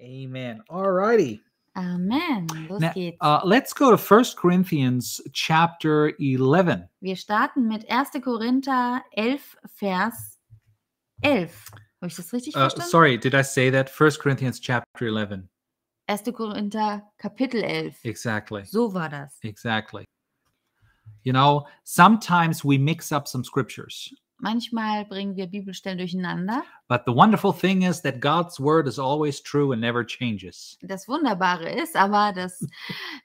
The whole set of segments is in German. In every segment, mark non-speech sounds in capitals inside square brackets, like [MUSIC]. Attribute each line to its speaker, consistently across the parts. Speaker 1: Amen. All righty.
Speaker 2: Amen. Los
Speaker 1: Na-
Speaker 2: geht's.
Speaker 1: Uh, let's go to 1 Corinthians chapter 11.
Speaker 2: Wir starten mit 1. Korinther 11, Vers 11. Habe ich das richtig
Speaker 1: Uh,
Speaker 2: verstanden?
Speaker 1: sorry, did I say that? 1 Corinthians chapter 11.
Speaker 2: 1. Korinther Kapitel 11.
Speaker 1: Exactly.
Speaker 2: So war das.
Speaker 1: Exactly. You know, sometimes we mix up some scriptures,
Speaker 2: Manchmal bringen wir Bibelstellen durcheinander.
Speaker 1: but the wonderful thing is that God's word is always true and never changes.
Speaker 2: Das Wunderbare ist aber,
Speaker 1: [LAUGHS]
Speaker 2: dass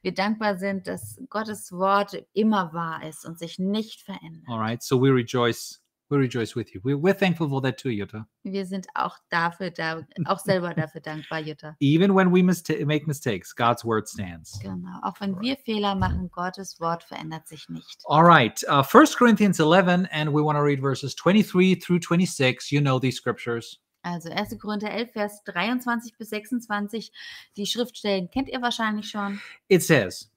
Speaker 2: wir dankbar sind, dass Gottes Wort immer wahr ist und sich nicht verändert.
Speaker 1: All right. So we rejoice. We rejoice with you. We, we're thankful for that too, Jutta.
Speaker 2: Wir sind auch dafür, da, auch selber dafür dankbar, Jutta.
Speaker 1: Even when we mista- make mistakes, God's word stands.
Speaker 2: Genau. Auch wenn
Speaker 1: Alright.
Speaker 2: wir Fehler machen, Gottes Wort verändert sich nicht.
Speaker 1: All right. Uh, 1 Corinthians 11, and we want to read verses 23 through 26. You know these scriptures.
Speaker 2: Also 1. Korinther 11, Vers 23 bis 26. Die Schriftstellen kennt ihr wahrscheinlich schon.
Speaker 1: It says,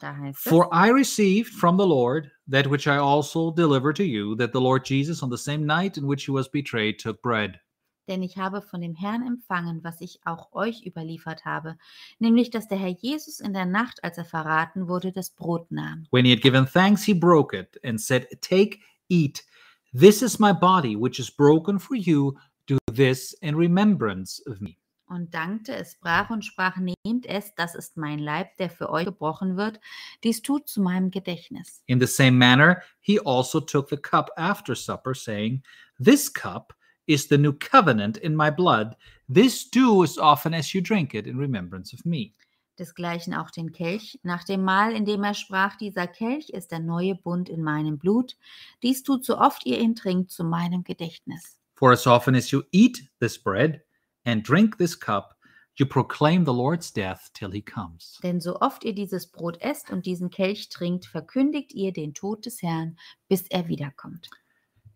Speaker 2: Da heißt es.
Speaker 1: For I received from the Lord that which I also delivered to you, that the Lord Jesus, on the same night in which he was betrayed, took bread.
Speaker 2: Denn ich habe von dem Herrn empfangen, was ich auch euch überliefert habe, nämlich dass der Herr Jesus in der Nacht, als er verraten wurde, das Brot nahm.
Speaker 1: When he had given thanks, he broke it and said, Take, eat. This is my body, which is broken for you. Do this in remembrance of me.
Speaker 2: und dankte, es brach und sprach, nehmt es, das ist mein Leib, der für euch gebrochen wird, dies tut zu meinem Gedächtnis.
Speaker 1: In the same manner, he also took the cup after supper, saying, This cup is the new covenant in my blood. This do as often as you drink it in remembrance of me.
Speaker 2: Desgleichen auch den Kelch, nach dem Mahl, in dem er sprach, dieser Kelch ist der neue Bund in meinem Blut, dies tut so oft ihr ihn trinkt zu meinem Gedächtnis.
Speaker 1: For as often as you eat this bread and drink this cup, you proclaim the Lord's death till he comes.
Speaker 2: Denn so oft ihr dieses Brot esst und diesen Kelch trinkt, verkündigt ihr den Tod des Herrn, bis er wiederkommt.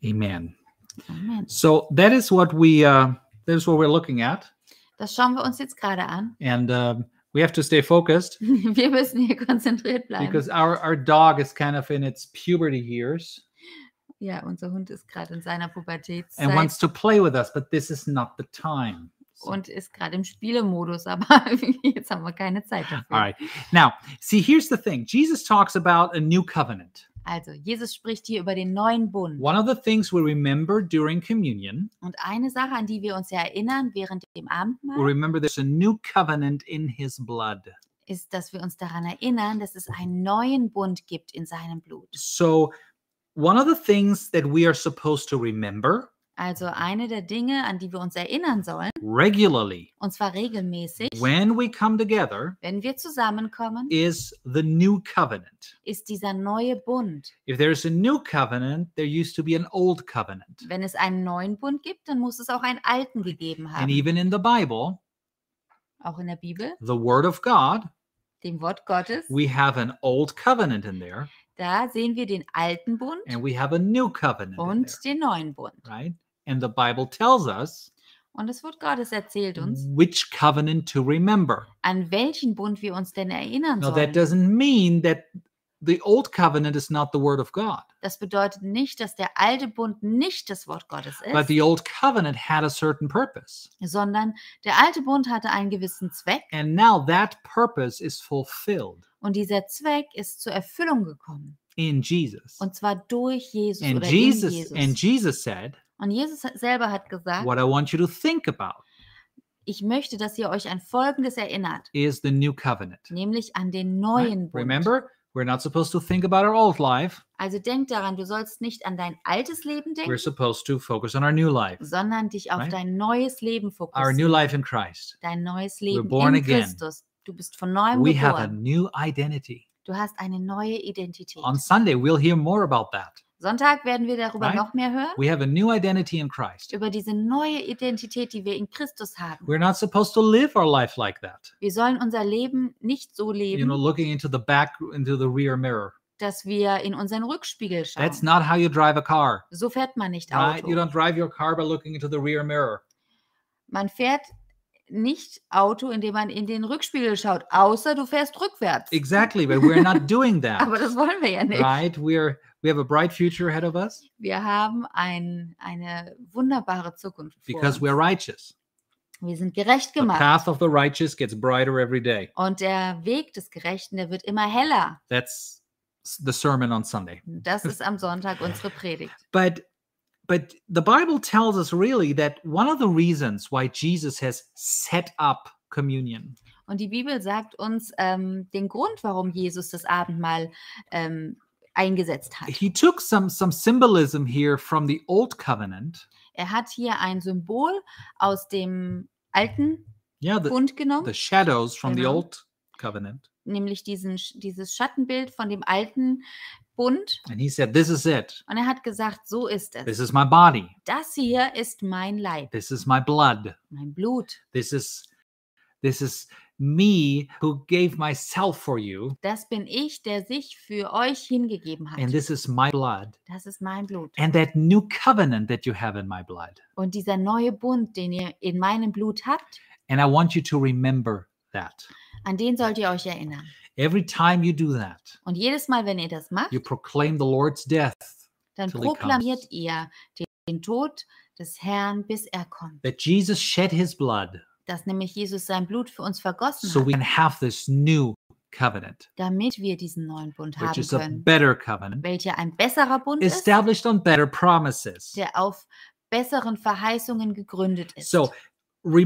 Speaker 1: Amen.
Speaker 2: Amen.
Speaker 1: So that is what we uh, that is what we're looking at,
Speaker 2: Das schauen wir uns jetzt gerade an. [LAUGHS]
Speaker 1: and um, we have to stay focused
Speaker 2: Wir müssen hier konzentriert bleiben.
Speaker 1: because our our dog is kind of in its puberty years
Speaker 2: Ja, unser Hund ist gerade in seiner Pubertätszeit.
Speaker 1: and wants to play with us, but this is not the time. So-
Speaker 2: und ist gerade im Spielemodus, aber [LAUGHS] jetzt haben wir keine Zeit dafür.
Speaker 1: All right. Now, see, here's the thing. Jesus talks about a new covenant.
Speaker 2: Also, Jesus spricht hier über den neuen Bund.
Speaker 1: One of the things we remember during communion,
Speaker 2: Und eine Sache, an die wir uns ja erinnern während dem
Speaker 1: we
Speaker 2: Abendmahl,
Speaker 1: remember there's a new covenant in his blood.
Speaker 2: ist, dass wir uns daran erinnern, dass
Speaker 1: Mhm.
Speaker 2: es einen neuen Bund gibt in seinem Blut.
Speaker 1: So, one of the things that we are supposed to remember
Speaker 2: Also eine der Dinge, an die wir uns erinnern sollen,
Speaker 1: regularly
Speaker 2: und zwar regelmäßig,
Speaker 1: when we come together
Speaker 2: wenn wir zusammenkommen,
Speaker 1: is the new covenant.
Speaker 2: ist dieser neue Bund.
Speaker 1: If there's a new covenant, there used to be an old covenant.
Speaker 2: Wenn es einen neuen Bund gibt, dann muss es auch einen alten gegeben
Speaker 1: And
Speaker 2: haben.
Speaker 1: even in the Bible,
Speaker 2: Auch in der Bibel,
Speaker 1: the Word of God,
Speaker 2: dem Wort Gottes,
Speaker 1: we have an old covenant in there
Speaker 2: da sehen wir den alten Bund
Speaker 1: and we have a new covenant. in there.
Speaker 2: und den neuen Bund.
Speaker 1: right? And the Bible tells us
Speaker 2: Und das Wort Gottes erzählt uns,
Speaker 1: which covenant to remember.
Speaker 2: an welchen Bund wir uns denn erinnern
Speaker 1: Now,
Speaker 2: sollen.
Speaker 1: that doesn't mean that the old covenant is not the word of God,
Speaker 2: Das bedeutet nicht, dass der alte Bund nicht das Wort Gottes
Speaker 1: but the
Speaker 2: ist,
Speaker 1: old covenant had a certain purpose.
Speaker 2: sondern der alte Bund hatte einen gewissen Zweck
Speaker 1: And now that purpose is fulfilled
Speaker 2: und dieser Zweck ist zur Erfüllung gekommen.
Speaker 1: in Jesus.
Speaker 2: Und zwar durch Jesus
Speaker 1: And
Speaker 2: oder
Speaker 1: Jesus,
Speaker 2: in Jesus.
Speaker 1: and Jesus said,
Speaker 2: und Jesus hat- selber hat gesagt,
Speaker 1: What I want you to think about
Speaker 2: ich möchte, dass ihr euch an Folgendes erinnert,
Speaker 1: is the new covenant.
Speaker 2: nämlich an den
Speaker 1: right?
Speaker 2: neuen Bund.
Speaker 1: Remember, we're not supposed to think about our old life.
Speaker 2: Also denk daran, du sollst nicht an dein altes Leben denken,
Speaker 1: We're supposed to focus on our new life,
Speaker 2: sondern dich auf
Speaker 1: Right?
Speaker 2: dein neues Leben
Speaker 1: our
Speaker 2: fokussieren.
Speaker 1: new life in Christ.
Speaker 2: dein neues Leben
Speaker 1: born
Speaker 2: in
Speaker 1: again.
Speaker 2: Christus. Du bist von neuem
Speaker 1: We have a
Speaker 2: geboren.
Speaker 1: new identity.
Speaker 2: Du hast eine neue Identität.
Speaker 1: On Sunday, we'll hear more about that.
Speaker 2: Sonntag werden wir darüber
Speaker 1: Right?
Speaker 2: noch mehr hören,
Speaker 1: We have a new identity in Christ.
Speaker 2: über diese neue Identität, die wir in Christus haben.
Speaker 1: We're not supposed to live our life like that.
Speaker 2: Wir sollen unser Leben nicht so
Speaker 1: You
Speaker 2: leben,
Speaker 1: know, looking into the back, into the rear mirror.
Speaker 2: dass wir in unseren Rückspiegel schauen.
Speaker 1: That's not how you drive a car.
Speaker 2: so fährt man nicht
Speaker 1: Right?
Speaker 2: Auto.
Speaker 1: You don't drive your car by looking into the rear [LAUGHS] mirror.
Speaker 2: Man fährt nicht Auto, indem man in den Rückspiegel schaut, außer du fährst rückwärts.
Speaker 1: Exactly, but we're not [LAUGHS] doing
Speaker 2: Aber
Speaker 1: that.
Speaker 2: das wollen wir ja nicht.
Speaker 1: Right? We're we have a bright future ahead of us
Speaker 2: Wir haben ein, eine wunderbare Zukunft vor
Speaker 1: because
Speaker 2: uns,
Speaker 1: we're righteous.
Speaker 2: Wir sind gerecht
Speaker 1: The
Speaker 2: gemacht.
Speaker 1: path of the righteous gets brighter every day.
Speaker 2: Und der Weg des Gerechten, der wird immer heller.
Speaker 1: That's s- the sermon on Sunday. [LAUGHS]
Speaker 2: Das ist am Sonntag unsere Predigt.
Speaker 1: But but the Bible tells us really that one of the reasons why Jesus has set up communion
Speaker 2: Und die Bibel sagt uns ähm, den Grund, warum Jesus das Abendmahl ähm, eingesetzt hat.
Speaker 1: he took some some symbolism here from the old covenant
Speaker 2: Er hat hier ein Symbol aus dem alten
Speaker 1: yeah the,
Speaker 2: Bund
Speaker 1: the
Speaker 2: genommen,
Speaker 1: shadows from the
Speaker 2: Genau.
Speaker 1: old covenant
Speaker 2: nämlich diesen, Sch- dieses Schattenbild von dem alten Bund.
Speaker 1: and he said this is it
Speaker 2: Und er hat gesagt, so ist
Speaker 1: this
Speaker 2: es.
Speaker 1: is my body
Speaker 2: Das hier ist mein Leib,
Speaker 1: this is my blood
Speaker 2: mein Blut.
Speaker 1: this is this is me who gave myself for you
Speaker 2: Das bin ich, der sich für euch hingegeben
Speaker 1: and
Speaker 2: hat.
Speaker 1: this is my blood
Speaker 2: Das ist mein Blut.
Speaker 1: and that new covenant that you have in my blood
Speaker 2: Und dieser neue Bund, den ihr in meinem Blut habt,
Speaker 1: and i want you to remember that
Speaker 2: an den sollt ihr euch erinnern.
Speaker 1: every time you do that
Speaker 2: Und jedes Mal, wenn ihr das macht,
Speaker 1: you proclaim the lord's death
Speaker 2: dann
Speaker 1: till he comes.
Speaker 2: proklamiert ihr den, den Tod des Herrn, bis er kommt.
Speaker 1: that jesus shed his blood
Speaker 2: Dass nämlich Jesus sein Blut für uns vergossen
Speaker 1: so we
Speaker 2: hat,
Speaker 1: can have this new covenant
Speaker 2: damit wir diesen neuen Bund
Speaker 1: which
Speaker 2: haben
Speaker 1: is a
Speaker 2: können,
Speaker 1: better covenant
Speaker 2: welcher ein besserer Bund ist,
Speaker 1: established on better promises
Speaker 2: der auf besseren Verheißungen gegründet ist.
Speaker 1: so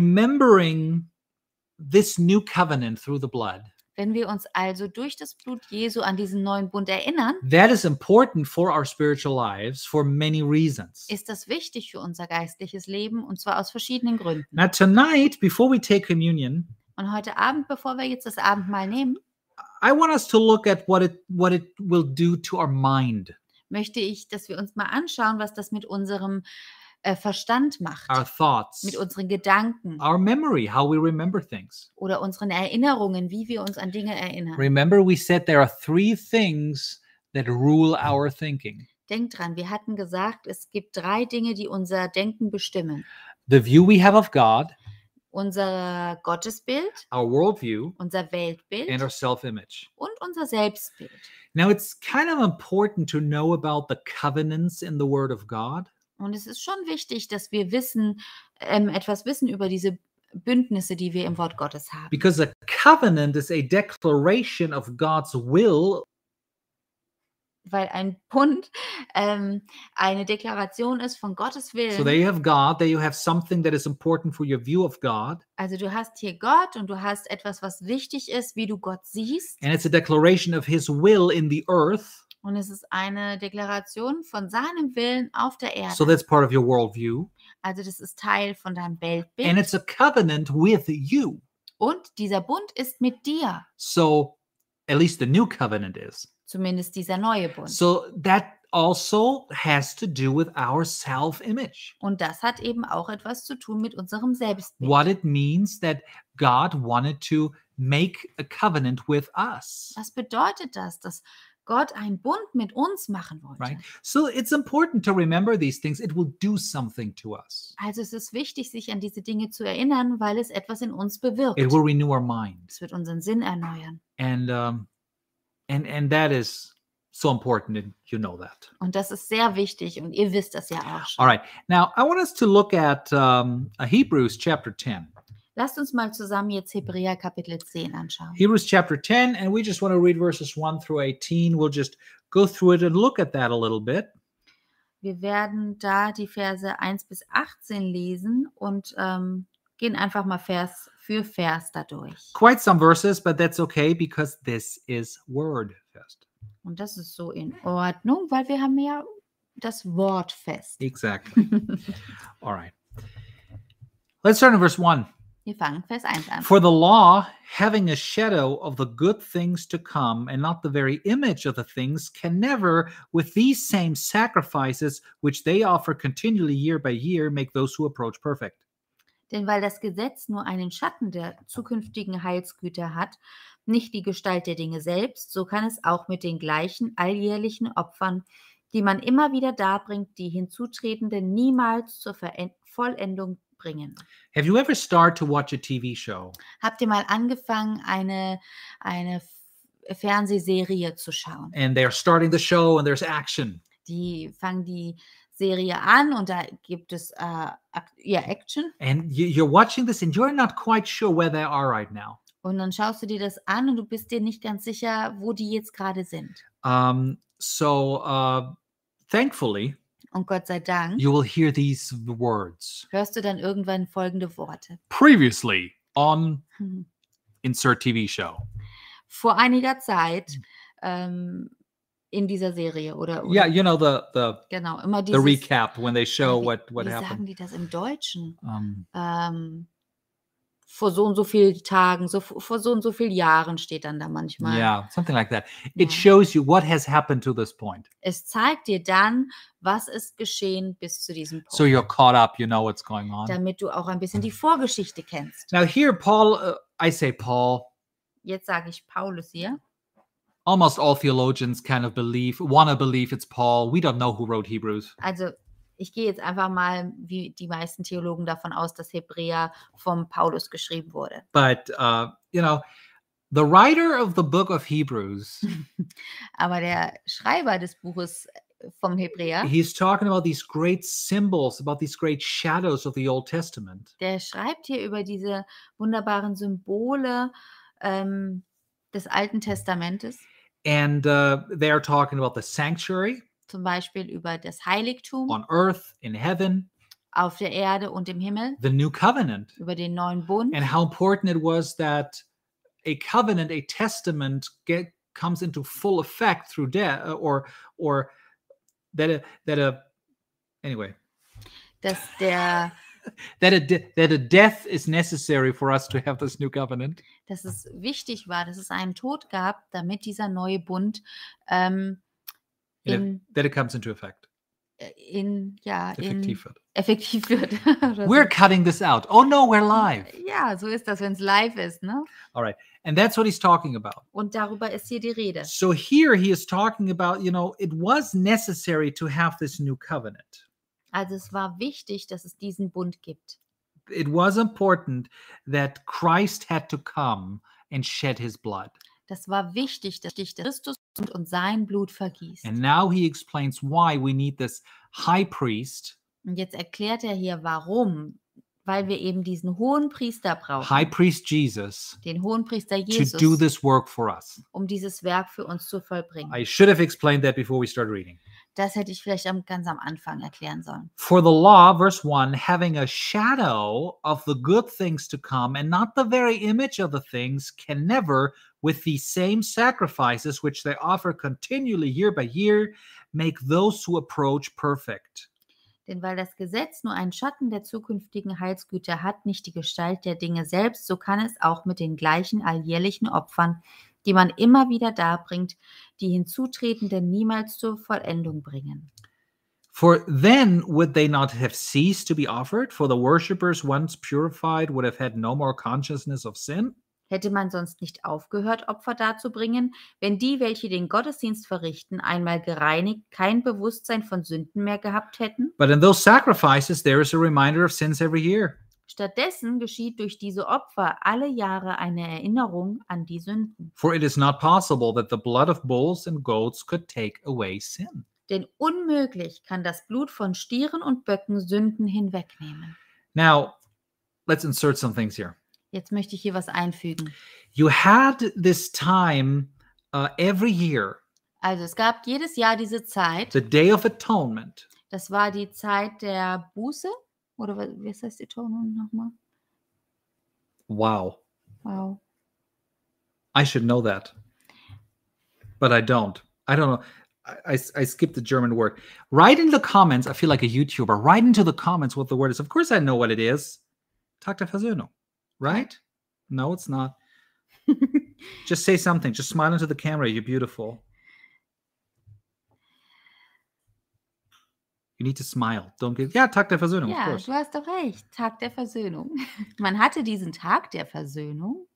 Speaker 1: remembering this new covenant through the blood
Speaker 2: Wenn wir uns also durch das Blut Jesu an diesen neuen Bund erinnern,
Speaker 1: that is important for our spiritual lives for many reasons.
Speaker 2: ist das wichtig für unser geistliches Leben und zwar aus verschiedenen Gründen.
Speaker 1: Now, tonight, before we take communion,
Speaker 2: Und heute Abend, bevor wir jetzt das Abendmahl nehmen,
Speaker 1: I want us to look at what it what it will do to our mind,
Speaker 2: möchte ich, dass wir uns mal anschauen, was das mit unserem äh, Verstand macht,
Speaker 1: our thoughts,
Speaker 2: mit unseren Gedanken
Speaker 1: our memory, how we remember things.
Speaker 2: oder unseren Erinnerungen, wie wir uns an Dinge erinnern.
Speaker 1: Remember, we said there are three things that rule our thinking:
Speaker 2: Denkt dran, wir hatten gesagt, es gibt drei Dinge, die unser Denken bestimmen.
Speaker 1: the view we have of God,
Speaker 2: Unser Gottesbild,
Speaker 1: our worldview,
Speaker 2: unser
Speaker 1: and our
Speaker 2: Weltbild
Speaker 1: self-image.
Speaker 2: und unser Selbstbild.
Speaker 1: Now, it's kind of important to know about the covenants in the Word of God.
Speaker 2: Und es ist schon wichtig, dass wir wissen, ähm, etwas wissen über diese Bündnisse, die wir im Wort Gottes haben.
Speaker 1: Because a covenant is a declaration of God's will
Speaker 2: Weil ein Bund ähm, eine Deklaration ist von Gottes Willen.
Speaker 1: So there you have God, there you have something that is important for your view of God,
Speaker 2: Also du hast hier Gott und du hast etwas, was wichtig ist, wie du Gott siehst.
Speaker 1: and it's a declaration of his will in the earth.
Speaker 2: Und es ist eine Deklaration von seinem Willen auf der Erde.
Speaker 1: So that's part of your worldview.
Speaker 2: also das ist Teil von deinem
Speaker 1: And
Speaker 2: Weltbild.
Speaker 1: it's a covenant with you.
Speaker 2: Und dieser Bund ist mit dir.
Speaker 1: So at least the new covenant is.
Speaker 2: Zumindest dieser neue Bund.
Speaker 1: So that also has to do with our self image.
Speaker 2: und das hat eben auch etwas zu tun mit unserem Selbstbild.
Speaker 1: What it means that God wanted to make a covenant with us.
Speaker 2: Was bedeutet das, dass Gott einen Bund mit uns machen wollte?
Speaker 1: Right. So it's important to remember these things. It will do something to us,
Speaker 2: Also es ist wichtig, sich an diese Dinge zu erinnern, weil es etwas in uns bewirkt.
Speaker 1: it will renew our mind.
Speaker 2: Es wird unseren Sinn erneuern.
Speaker 1: and um and and that is so important and you know that
Speaker 2: Und das ist sehr wichtig und ihr wisst das ja auch schon.
Speaker 1: all right now i want us to look at um uh, hebrews chapter 10
Speaker 2: Lasst uns mal zusammen jetzt Hebräer Kapitel 10 anschauen.
Speaker 1: hebrews chapter 10 and we just want to read verses 1 through 18 we'll just go through it and look at that a little bit
Speaker 2: Wir werden da die Verse 1 bis 18 lesen und ähm, gehen einfach mal Vers für Vers dadurch.
Speaker 1: quite some verses but that's okay because this is word fest
Speaker 2: Und das ist so in Ordnung, weil wir haben ja das Wort fest. [LAUGHS]
Speaker 1: exactly
Speaker 2: wir
Speaker 1: all right let's start in verse 1
Speaker 2: fangen Vers 1 an.
Speaker 1: For the law, having a shadow of the good things to come and not the very image of the things, can never, with these same sacrifices which they offer continually year by year, make those who approach perfect.
Speaker 2: Denn weil das Gesetz nur einen Schatten der zukünftigen Heilsgüter hat, nicht die Gestalt der Dinge selbst, so kann es auch mit den gleichen alljährlichen Opfern, die man immer wieder darbringt, die Hinzutretenden niemals zur Veren- Vollendung bringen.
Speaker 1: Have you ever started to watch a TV show
Speaker 2: Habt ihr mal angefangen, eine, eine F- Fernsehserie zu schauen?
Speaker 1: Äh. and they're starting the show and there's action?
Speaker 2: Die fangen die Serie an und da gibt es äh, Ak- ja, Action.
Speaker 1: And you- you're watching this and you're not quite sure where they are right now.
Speaker 2: Und dann schaust du dir das an und du bist dir nicht ganz sicher, wo die jetzt gerade sind.
Speaker 1: Um, so uh, thankfully,
Speaker 2: Und Gott sei Dank
Speaker 1: you will hear these words.
Speaker 2: hörst du dann irgendwann folgende Worte. [LAUGHS]
Speaker 1: Previously on insert TV show.
Speaker 2: Vor einiger Zeit
Speaker 1: Hm.
Speaker 2: ähm, in dieser Serie oder, oder
Speaker 1: Yeah, you know the the
Speaker 2: genau immer
Speaker 1: the
Speaker 2: dieses.
Speaker 1: recap when they show
Speaker 2: wie,
Speaker 1: what what
Speaker 2: wie sagen
Speaker 1: happened.
Speaker 2: die das im Deutschen?
Speaker 1: Um,
Speaker 2: Ähm, vor so und so vielen Tagen, so vor so und so vielen Jahren steht dann da manchmal.
Speaker 1: yeah, something like that.
Speaker 2: Ja.
Speaker 1: It shows you what has happened to this point.
Speaker 2: Es zeigt dir dann, was ist geschehen bis zu diesem Punkt,
Speaker 1: So you're caught up, you know what's going on.
Speaker 2: damit du auch ein bisschen die Vorgeschichte kennst.
Speaker 1: Now here Paul uh, I say Paul
Speaker 2: Jetzt sage ich Paulus hier.
Speaker 1: almost all theologians kind of believe want to believe it's Paul. We don't know who wrote Hebrews.
Speaker 2: Also ich gehe jetzt einfach mal, wie die meisten Theologen davon aus, dass Hebräer vom Paulus geschrieben wurde.
Speaker 1: but uh, you know the writer of the book of hebrews
Speaker 2: Aber der Schreiber des Buches vom Hebräer,
Speaker 1: he's talking about these great symbols about these great shadows of the old testament
Speaker 2: der schreibt hier über diese wunderbaren Symbole ähm, des Alten Testamentes,
Speaker 1: and uh, they're talking about the sanctuary
Speaker 2: zum Beispiel über das Heiligtum
Speaker 1: on earth in heaven
Speaker 2: auf der Erde und im Himmel,
Speaker 1: the new covenant
Speaker 2: über den neuen Bund
Speaker 1: and how important it was that a covenant a testament get, comes into full effect through death uh, or or that a that a anyway
Speaker 2: dass der,
Speaker 1: that a de- that a death is necessary for us to have this new covenant
Speaker 2: dass es wichtig war, dass es einen Tod gab, damit dieser neue Bund ähm,
Speaker 1: In a-
Speaker 2: in,
Speaker 1: that it comes into effect.
Speaker 2: äh, in, ja, in,
Speaker 1: Effektiv wird.
Speaker 2: effektiv wird. [LAUGHS] oder so.
Speaker 1: We're cutting this out. Oh no, we're live.
Speaker 2: ja, so ist das, wenn es live ist. Ne?
Speaker 1: And that's what he's talking about.
Speaker 2: Und darüber ist hier die Rede.
Speaker 1: So here he is talking about, you know, it was necessary to have this new covenant.
Speaker 2: Also es war wichtig, dass es diesen Bund gibt.
Speaker 1: It was important that Christ had to come and shed his blood.
Speaker 2: Das war wichtig, dass dich Christus und, und sein Blut vergießt.
Speaker 1: And now he explains why we need this high priest.
Speaker 2: Und jetzt erklärt er hier, warum. Weil wir eben diesen hohen Priester brauchen,
Speaker 1: High priest Jesus
Speaker 2: den hohen Priester
Speaker 1: to do
Speaker 2: Jesus,
Speaker 1: this work for us.
Speaker 2: um dieses Werk für uns zu vollbringen.
Speaker 1: I should have explained that before we start reading.
Speaker 2: Das hätte ich vielleicht am, ganz am Anfang erklären sollen.
Speaker 1: For the law, verse 1, having a shadow of the good things to come and not the very image of the things, can never, with the same sacrifices which they offer continually year by year, make those who approach perfect.
Speaker 2: Denn weil das Gesetz nur einen Schatten der zukünftigen Heilsgüter hat, nicht die Gestalt der Dinge selbst, so kann es auch mit den gleichen alljährlichen Opfern, die man immer wieder darbringt, die Hinzutretenden niemals zur Vollendung bringen.
Speaker 1: For then would they not have ceased to be offered? For the worshippers, once purified, would have had no more consciousness of sin?
Speaker 2: Hätte man sonst nicht aufgehört, Opfer darzubringen, wenn die, welche den Gottesdienst verrichten, einmal gereinigt, kein Bewusstsein von Sünden mehr gehabt hätten?
Speaker 1: But in those sacrifices, there is a reminder of sins every year.
Speaker 2: Stattdessen geschieht durch diese Opfer alle Jahre eine Erinnerung an die Sünden.
Speaker 1: For it is not possible that the blood of bulls and goats could take away sin.
Speaker 2: Denn unmöglich kann das Blut von Stieren und Böcken Sünden hinwegnehmen.
Speaker 1: Now, let's insert some things here.
Speaker 2: Jetzt möchte ich hier was einfügen.
Speaker 1: You had this time uh, every year,
Speaker 2: Also es gab jedes Jahr diese Zeit.
Speaker 1: the Day of Atonement,
Speaker 2: Das war die Zeit der Buße. Oder wa- was heißt die Tonung nochmal?
Speaker 1: wow,
Speaker 2: Wow. [LAUGHS]
Speaker 1: I should know that. But I don't. I don't know. I, I, s- I skipped the German word. Write in the comments. I feel like a YouTuber. Write into the comments what the word is. Of course, I know what it is. Tag der Versöhnung, right? No, it's not. Just say something. Just smile into the camera. You're beautiful. You need to smile. Don't give. Yeah, Tag der Versöhnung, of
Speaker 2: ja,
Speaker 1: course.
Speaker 2: du hast doch recht. Tag der Versöhnung. [LAUGHS] Man hatte diesen Tag der Versöhnung.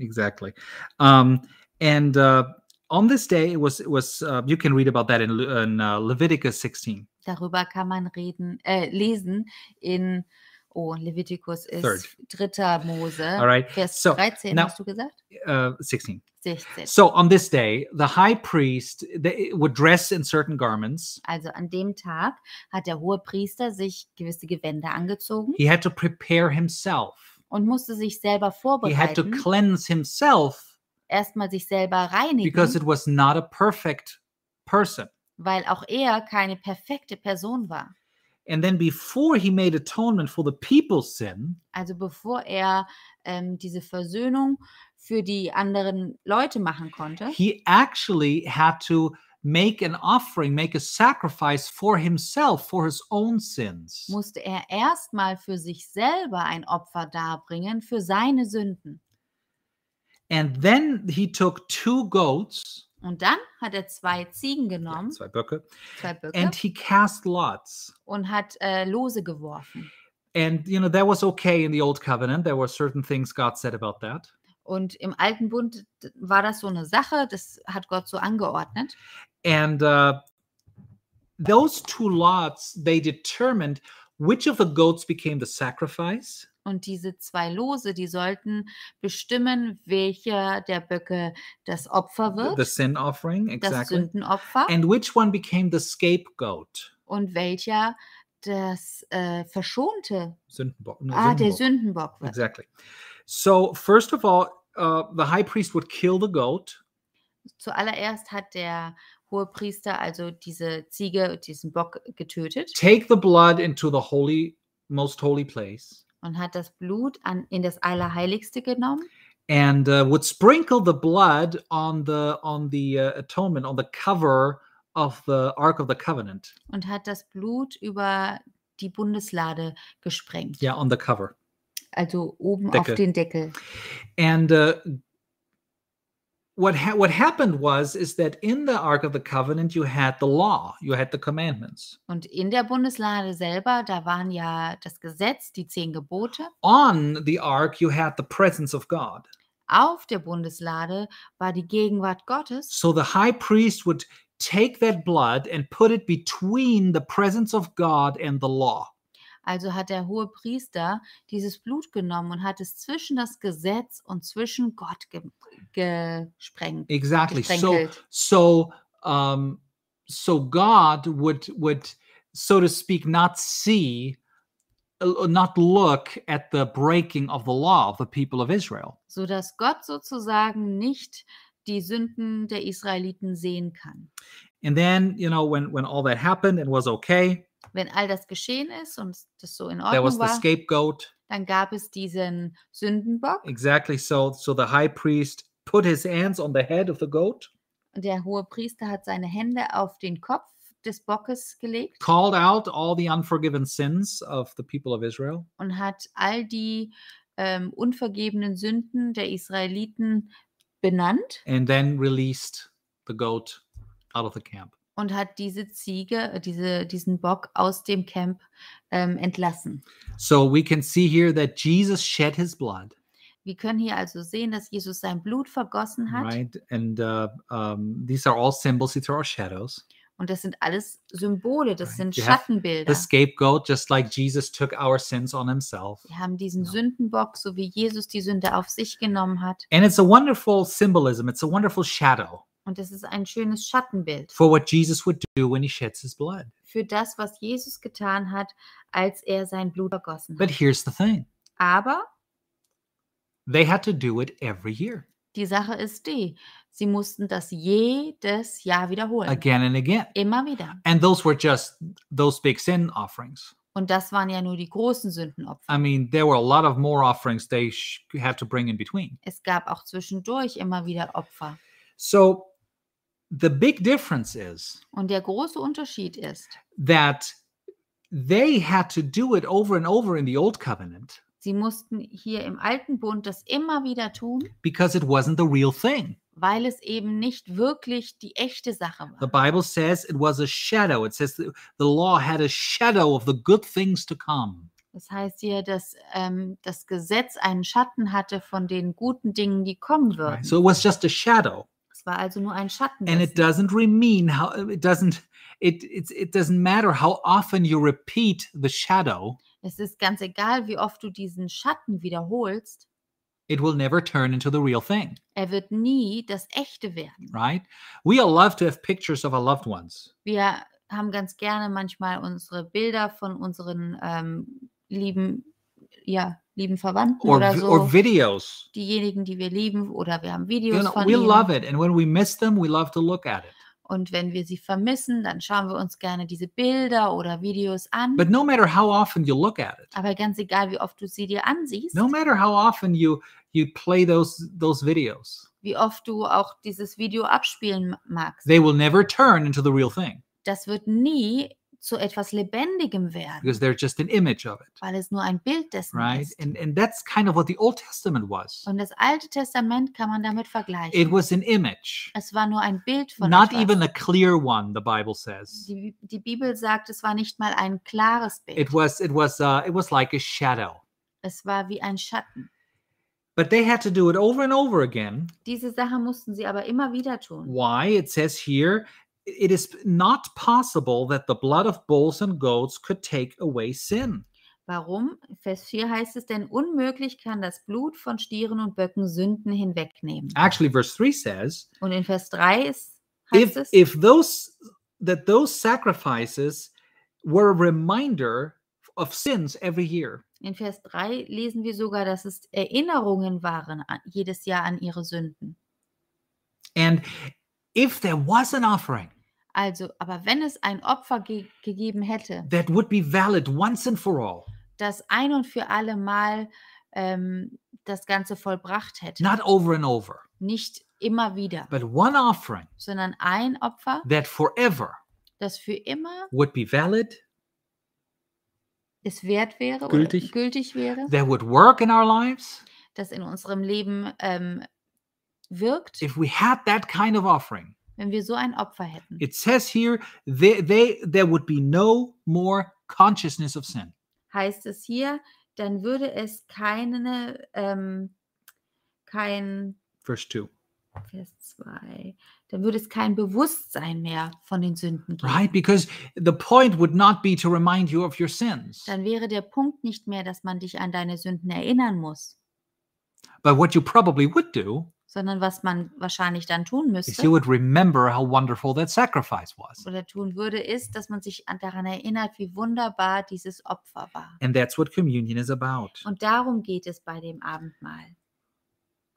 Speaker 1: exactly um and uh on this day it was it was uh, you can read about that in, Le- in uh, leviticus 16
Speaker 2: Darüber kann man reden, äh, lesen in Oh, Levitikus ist
Speaker 1: Third.
Speaker 2: dritter Mose.
Speaker 1: All right.
Speaker 2: Vers
Speaker 1: So,
Speaker 2: 13,
Speaker 1: now-
Speaker 2: hast du gesagt?
Speaker 1: Uh, 16.
Speaker 2: 16.
Speaker 1: So on this day, the high priest they would dress in certain garments.
Speaker 2: Also an dem Tag hat der hohe Priester sich gewisse Gewänder angezogen
Speaker 1: He had to prepare himself.
Speaker 2: und musste sich selber
Speaker 1: He had to
Speaker 2: vorbereiten,
Speaker 1: cleanse himself
Speaker 2: erstmal sich selber
Speaker 1: because
Speaker 2: reinigen,
Speaker 1: it was not a perfect person.
Speaker 2: weil auch er keine perfekte Person war.
Speaker 1: And then before he made atonement for the people's sin,
Speaker 2: Also bevor er ähm, diese Versöhnung für die anderen Leute machen konnte,
Speaker 1: he actually had to make an offering, make a sacrifice for himself, for his own sins.
Speaker 2: musste er erstmal für sich selber ein Opfer darbringen für seine Sünden.
Speaker 1: And then he took two goats,
Speaker 2: Und dann hat er zwei Ziegen genommen,
Speaker 1: zwei Böcke,
Speaker 2: zwei Böcke,
Speaker 1: and he cast lots.
Speaker 2: und hat äh, Lose geworfen.
Speaker 1: And you know that was okay in the old covenant. There were certain things God said about that.
Speaker 2: Und im Alten Bund d- war das so eine Sache, das hat Gott so angeordnet.
Speaker 1: And uh, those two lots, they determined which of the goats became the sacrifice
Speaker 2: Und diese zwei Lose, die sollten bestimmen, welcher der Böcke das Opfer
Speaker 1: the-
Speaker 2: wird,
Speaker 1: the sin offering
Speaker 2: das
Speaker 1: Äh, exactly
Speaker 2: Sündenopfer,
Speaker 1: and which one became the scapegoat
Speaker 2: und welcher das äh, verschonte,
Speaker 1: Sündenbock, no,
Speaker 2: ah, der
Speaker 1: Sündenbock,
Speaker 2: Sündenbock wird.
Speaker 1: exactly so first of all uh, the high priest would kill the goat
Speaker 2: Zuallererst hat der Hohepriester also diese Ziege, diesen Bock getötet
Speaker 1: take the blood into the holy most holy place
Speaker 2: und hat das Blut an, in das Allerheiligste genommen
Speaker 1: and uh, would sprinkle the blood on the on the uh, atonement on the cover of the ark of the covenant
Speaker 2: und hat das Blut über die Bundeslade gesprengt.
Speaker 1: yeah on the cover
Speaker 2: Also oben
Speaker 1: Deckel.
Speaker 2: auf den Deckel.
Speaker 1: and uh, what ha- what happened was is that in the ark of the covenant you had the law you had the commandments
Speaker 2: Und in der Bundeslade selber, da waren ja das Gesetz, die zehn Gebote.
Speaker 1: on the ark you had the presence of god
Speaker 2: Auf der Bundeslade war die Gegenwart Gottes.
Speaker 1: so the high priest would take that blood and put it between the presence of god and the law
Speaker 2: Also hat der hohe Priester dieses Blut genommen und hat es zwischen das Gesetz und zwischen Gott ge gesprengt.
Speaker 1: exactly so
Speaker 2: gesprenkelt.
Speaker 1: so um so god would would so to speak not see uh, not look at the breaking of the law of the people of israel
Speaker 2: sodass Gott sozusagen nicht die Sünden der Israeliten sehen kann.
Speaker 1: And then, you know, when when all that happened and was okay,
Speaker 2: Wenn all das geschehen ist und das so in
Speaker 1: there
Speaker 2: Ordnung
Speaker 1: was the
Speaker 2: war,
Speaker 1: scapegoat.
Speaker 2: dann gab es diesen Sündenbock.
Speaker 1: Exactly. So so the high priest put his hands on the head of the goat,
Speaker 2: Und der hohe Priester hat seine Hände auf den Kopf des Bockes gelegt
Speaker 1: called out all the unforgiven sins of the people of Israel,
Speaker 2: und hat all die ähm, unvergebenen Sünden der Israeliten benannt
Speaker 1: and then released the goat out of the camp.
Speaker 2: und hat diese Ziege, äh, diese, diesen Bock aus dem Camp ähm, entlassen.
Speaker 1: So we can see here that Jesus shed his blood,
Speaker 2: Wir können hier also sehen, dass Jesus sein Blut vergossen hat.
Speaker 1: right? And uh, um, these are all symbols; these are all shadows.
Speaker 2: Und das sind alles Symbole, das
Speaker 1: Right.
Speaker 2: sind
Speaker 1: You have
Speaker 2: Schattenbilder.
Speaker 1: The scapegoat, just like Jesus took our sins on himself.
Speaker 2: Wir haben diesen
Speaker 1: Ja.
Speaker 2: Sündenbock, so wie Jesus die Sünde auf sich genommen hat.
Speaker 1: And it's a wonderful symbolism. It's a wonderful shadow
Speaker 2: Und das ist ein schönes Schattenbild
Speaker 1: for what Jesus would do when he sheds his blood.
Speaker 2: für das, was Jesus getan hat, als er sein Blut vergossen
Speaker 1: But
Speaker 2: hat.
Speaker 1: here's the thing
Speaker 2: Aber
Speaker 1: they had to do it every year,
Speaker 2: die Sache ist die, sie mussten das jedes Jahr wiederholen.
Speaker 1: again and again.
Speaker 2: Immer wieder.
Speaker 1: And those were just those big sin offerings.
Speaker 2: Und das waren ja nur die großen Sündenopfer.
Speaker 1: I mean, there were a lot of more offerings they sh- had to bring in between.
Speaker 2: Es gab auch zwischendurch immer wieder Opfer.
Speaker 1: So the big difference is
Speaker 2: Und der große Unterschied ist,
Speaker 1: that they had to do it over and over in the old covenant
Speaker 2: sie mussten hier im Alten Bund das immer wieder tun.
Speaker 1: because it wasn't the real thing.
Speaker 2: weil es eben nicht wirklich die echte Sache
Speaker 1: The
Speaker 2: war.
Speaker 1: Bible says it was a shadow. It says the, the law had a shadow of the good things to come.
Speaker 2: Das heißt hier, dass ähm, das Gesetz einen Schatten hatte von den guten Dingen, die kommen würden.
Speaker 1: right? So it was just a shadow,
Speaker 2: es war also nur ein Schatten.
Speaker 1: and it
Speaker 2: dessen.
Speaker 1: doesn't re- mean how it doesn't it it's, it doesn't matter how often you repeat the shadow.
Speaker 2: Es ist ganz egal, wie oft du diesen Schatten wiederholst,
Speaker 1: It will never turn into the real thing,
Speaker 2: er wird nie das Echte werden.
Speaker 1: right? We all love to have pictures of our loved ones.
Speaker 2: Wir haben ganz gerne manchmal unsere Bilder von unseren ähm, lieben, ja, lieben Verwandten
Speaker 1: or
Speaker 2: oder
Speaker 1: vi-
Speaker 2: so.
Speaker 1: or videos.
Speaker 2: diejenigen, die wir lieben, oder wir haben Videos
Speaker 1: You know,
Speaker 2: von
Speaker 1: we
Speaker 2: ihnen.
Speaker 1: love it, and when we miss them, we love to look at it.
Speaker 2: Und wenn wir sie vermissen, dann schauen wir uns gerne diese Bilder oder Videos an.
Speaker 1: But no matter how often you look at it,
Speaker 2: Aber ganz egal, wie oft du sie dir ansiehst,
Speaker 1: no matter how often you you play those those videos,
Speaker 2: wie oft du auch dieses Video abspielen ma- magst,
Speaker 1: they will never turn into the real thing
Speaker 2: das wird nie zu etwas Lebendigem werden,
Speaker 1: because they're just an image of it,
Speaker 2: weil es nur ein Bild dessen
Speaker 1: right?
Speaker 2: ist.
Speaker 1: And and that's kind of what the Old Testament was.
Speaker 2: Und das Alte Testament kann man damit vergleichen.
Speaker 1: It was an image,
Speaker 2: es war nur ein Bild von
Speaker 1: not
Speaker 2: etwas.
Speaker 1: even a clear one. The Bible says
Speaker 2: die, die Bibel sagt, es war nicht mal ein klares Bild.
Speaker 1: it was it was uh, it was like a shadow.
Speaker 2: Es war wie ein Schatten.
Speaker 1: But they had to do it over and over again
Speaker 2: Diese Sache mussten sie aber immer wieder tun.
Speaker 1: why it says here it is not possible that the blood of bulls and goats could take away sin
Speaker 2: Warum? Vers 4 heißt es, denn unmöglich kann das Blut von Stieren und Böcken Sünden hinwegnehmen.
Speaker 1: actually verse 3 says
Speaker 2: Und in Vers 3 ist, heißt
Speaker 1: if
Speaker 2: es,
Speaker 1: if those that those sacrifices were a reminder of sins every year
Speaker 2: in Vers 3 lesen wir sogar, dass es Erinnerungen waren an, jedes Jahr an ihre Sünden.
Speaker 1: and if there was an offering
Speaker 2: Also, aber wenn es ein Opfer ge gegeben hätte,
Speaker 1: that would be valid once and for all
Speaker 2: das ein und für alle Mal ähm, das Ganze vollbracht hätte,
Speaker 1: not over and over
Speaker 2: nicht immer wieder,
Speaker 1: but one offering
Speaker 2: sondern ein Opfer,
Speaker 1: that forever
Speaker 2: das für immer
Speaker 1: would be valid
Speaker 2: es wert wäre
Speaker 1: Gültig.
Speaker 2: oder gültig wäre,
Speaker 1: that would work in our lives
Speaker 2: das in unserem Leben ähm, wirkt,
Speaker 1: if we had that kind of offering
Speaker 2: wenn wir so ein Opfer hätten.
Speaker 1: it says here they, they there would be no more consciousness of sin
Speaker 2: Heißt es hier, dann würde es keine, ähm, kein,
Speaker 1: verse 2
Speaker 2: Vers 2, dann würde es kein Bewusstsein mehr von den Sünden geben.
Speaker 1: right because the point would not be to remind you of your sins
Speaker 2: Dann wäre der Punkt nicht mehr, dass man dich an deine Sünden erinnern muss,
Speaker 1: but what you probably would do
Speaker 2: sondern was man wahrscheinlich dann tun
Speaker 1: is you
Speaker 2: müsste
Speaker 1: would remember how wonderful that sacrifice was
Speaker 2: oder tun würde, ist, dass man sich an- daran erinnert, wie wunderbar dieses Opfer war.
Speaker 1: and that's what communion is about
Speaker 2: Und darum geht es bei dem Abendmahl.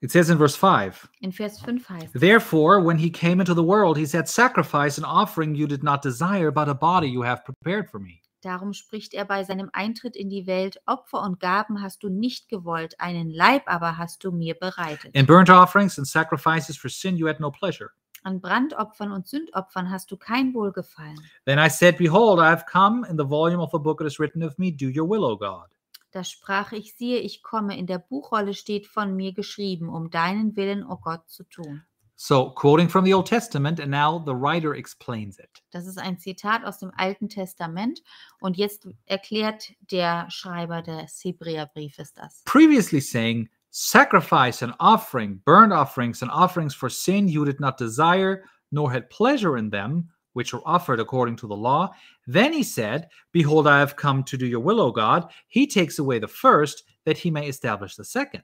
Speaker 1: it says in verse 5
Speaker 2: In Vers 5 heißt es,
Speaker 1: therefore when he came into the world he said sacrifice and offering you did not desire but a body you have prepared for me
Speaker 2: darum spricht er bei seinem Eintritt in die Welt, Opfer und Gaben hast du nicht gewollt, einen Leib aber hast du mir bereitet.
Speaker 1: in burnt offerings and sacrifices for sin you had no pleasure
Speaker 2: An Brandopfern und Sündopfern hast du kein Wohlgefallen.
Speaker 1: Then I said, Behold, I have come, in the volume of the book it is written of me, Do your will, O God.
Speaker 2: Da sprach ich, siehe, ich komme, in der Buchrolle steht von mir geschrieben, um deinen Willen, o Gott, zu tun.
Speaker 1: So, quoting from the Old Testament, and now the writer explains it.
Speaker 2: Das ist ein Zitat aus dem Alten Testament und jetzt erklärt der Schreiber des Hebräerbriefes das.
Speaker 1: Previously saying, Sacrifice and offering, burnt offerings, and offerings for sin you did not desire, nor had pleasure in them, which were offered according to the law. Then he said, Behold, I have come to do your will, O God. He takes away the first, that he may establish the second.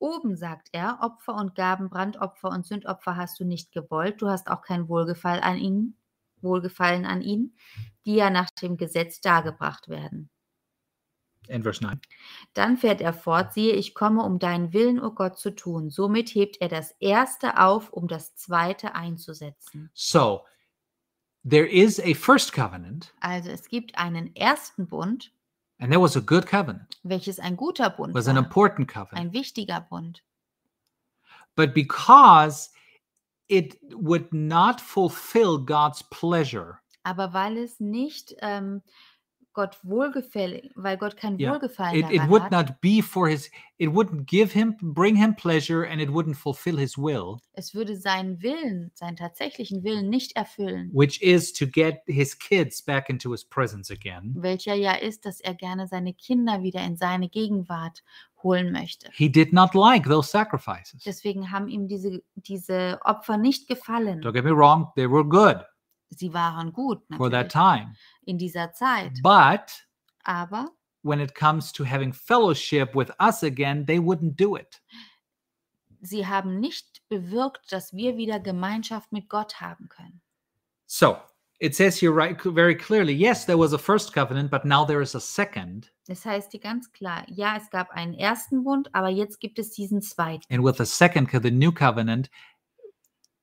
Speaker 2: Oben sagt er, Opfer und Gaben, Brandopfer und Sündopfer hast du nicht gewollt, du hast auch kein Wohlgefallen an ihnen, Wohlgefallen an ihnen, die ja nach dem Gesetz dargebracht werden.
Speaker 1: And verse 9.
Speaker 2: Dann fährt er fort, siehe, ich komme, um deinen Willen, o Gott, zu tun. Somit hebt er das Erste auf, um das Zweite einzusetzen.
Speaker 1: So, there is a first covenant,
Speaker 2: Also es gibt einen ersten Bund,
Speaker 1: and that was a good covenant.
Speaker 2: welches ein guter Bund
Speaker 1: was an
Speaker 2: war,
Speaker 1: important covenant.
Speaker 2: ein wichtiger Bund.
Speaker 1: But because it would not fulfill God's pleasure,
Speaker 2: Aber weil es nicht ähm, Gott wohlgefällig, weil Gott kein
Speaker 1: Ja,
Speaker 2: Wohlgefallen
Speaker 1: it, it
Speaker 2: daran
Speaker 1: would
Speaker 2: hat,
Speaker 1: not be for his, it wouldn't give him, bring him pleasure, and it wouldn't fulfill his will,
Speaker 2: es würde seinen Willen, seinen tatsächlichen Willen nicht erfüllen,
Speaker 1: which is to get his kids back into his presence again.
Speaker 2: welcher ja ist, dass er gerne seine Kinder wieder in seine Gegenwart holen möchte.
Speaker 1: He did not like those sacrifices.
Speaker 2: Deswegen haben ihm diese, diese Opfer nicht
Speaker 1: Don't
Speaker 2: gefallen.
Speaker 1: get me wrong, they were good
Speaker 2: Sie waren gut
Speaker 1: for that Mhm.
Speaker 2: natürlich,
Speaker 1: time.
Speaker 2: in dieser Zeit,
Speaker 1: But
Speaker 2: aber
Speaker 1: when it comes to having fellowship with us again, they wouldn't do it.
Speaker 2: Sie haben nicht bewirkt, dass wir wieder Gemeinschaft mit Gott haben können.
Speaker 1: So it says here right very clearly, yes, there was a first covenant, but now there is a second.
Speaker 2: Das heißt hier ganz klar, ja, es gab einen ersten Bund, aber jetzt gibt es diesen zweiten.
Speaker 1: And with the second, co- the new covenant,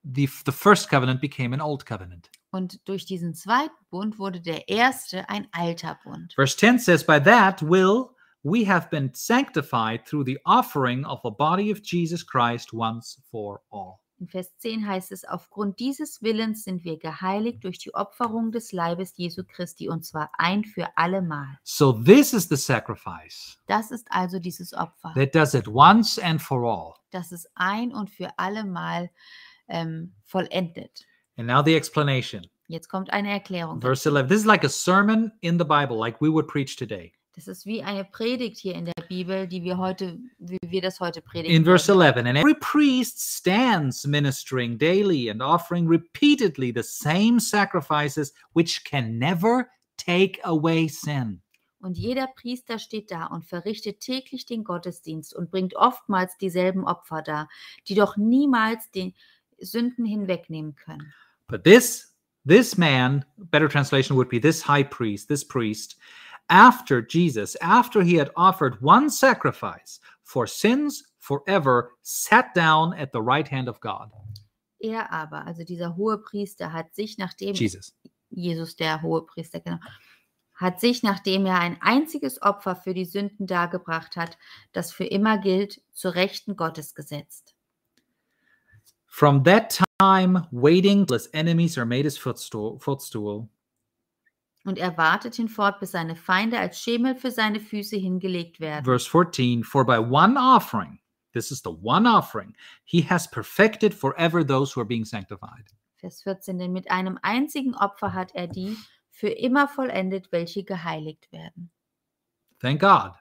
Speaker 1: the, the first covenant became an old covenant.
Speaker 2: Und durch diesen zweiten Bund wurde der erste ein alter Bund.
Speaker 1: Verse 10 says, By that will we have been sanctified through the offering of the body of Jesus Christ once for all.
Speaker 2: In Vers 10 heißt es, aufgrund dieses Willens sind wir geheiligt durch die Opferung des Leibes Jesu Christi und zwar ein für allemal.
Speaker 1: So this is the sacrifice
Speaker 2: Das ist also dieses Opfer.
Speaker 1: that does it once and for all.
Speaker 2: Das ist ein und für allemal ähm, vollendet.
Speaker 1: And now the explanation.
Speaker 2: Jetzt kommt eine Erklärung.
Speaker 1: Verse 11. This is like a sermon in the Bible, like we would preach today.
Speaker 2: Das ist wie eine Predigt hier in der Bibel, die wir heute, wie wir das heute predigen.
Speaker 1: In verse
Speaker 2: würden.
Speaker 1: 11, and every priest stands ministering daily and offering repeatedly the same sacrifices which can never take away sin.
Speaker 2: Und jeder Priester steht da und verrichtet täglich den Gottesdienst und bringt oftmals dieselben Opfer dar, die doch niemals den Sünden hinwegnehmen können.
Speaker 1: But this this man, better translation would be this high priest, this priest, after Jesus, after he had offered one sacrifice for sins forever, sat down at the right hand of God.
Speaker 2: Er aber, also dieser hohe Priester, hat sich, nachdem
Speaker 1: Jesus.
Speaker 2: Jesus der Hohepriester, genau, hat sich, nachdem er ein einziges Opfer für die Sünden dargebracht hat, das für immer gilt, zur Rechten Gottes gesetzt.
Speaker 1: From that time, waiting till his enemies are made his footstool, footstool
Speaker 2: Und er wartet hinfort, bis seine Feinde als Schemel für seine Füße hingelegt werden.
Speaker 1: verse 14 for by one offering this is the one offering he has perfected forever those who are being sanctified
Speaker 2: Vers 14, denn mit einem einzigen Opfer hat er die für immer vollendet, welche geheiligt werden.
Speaker 1: thank god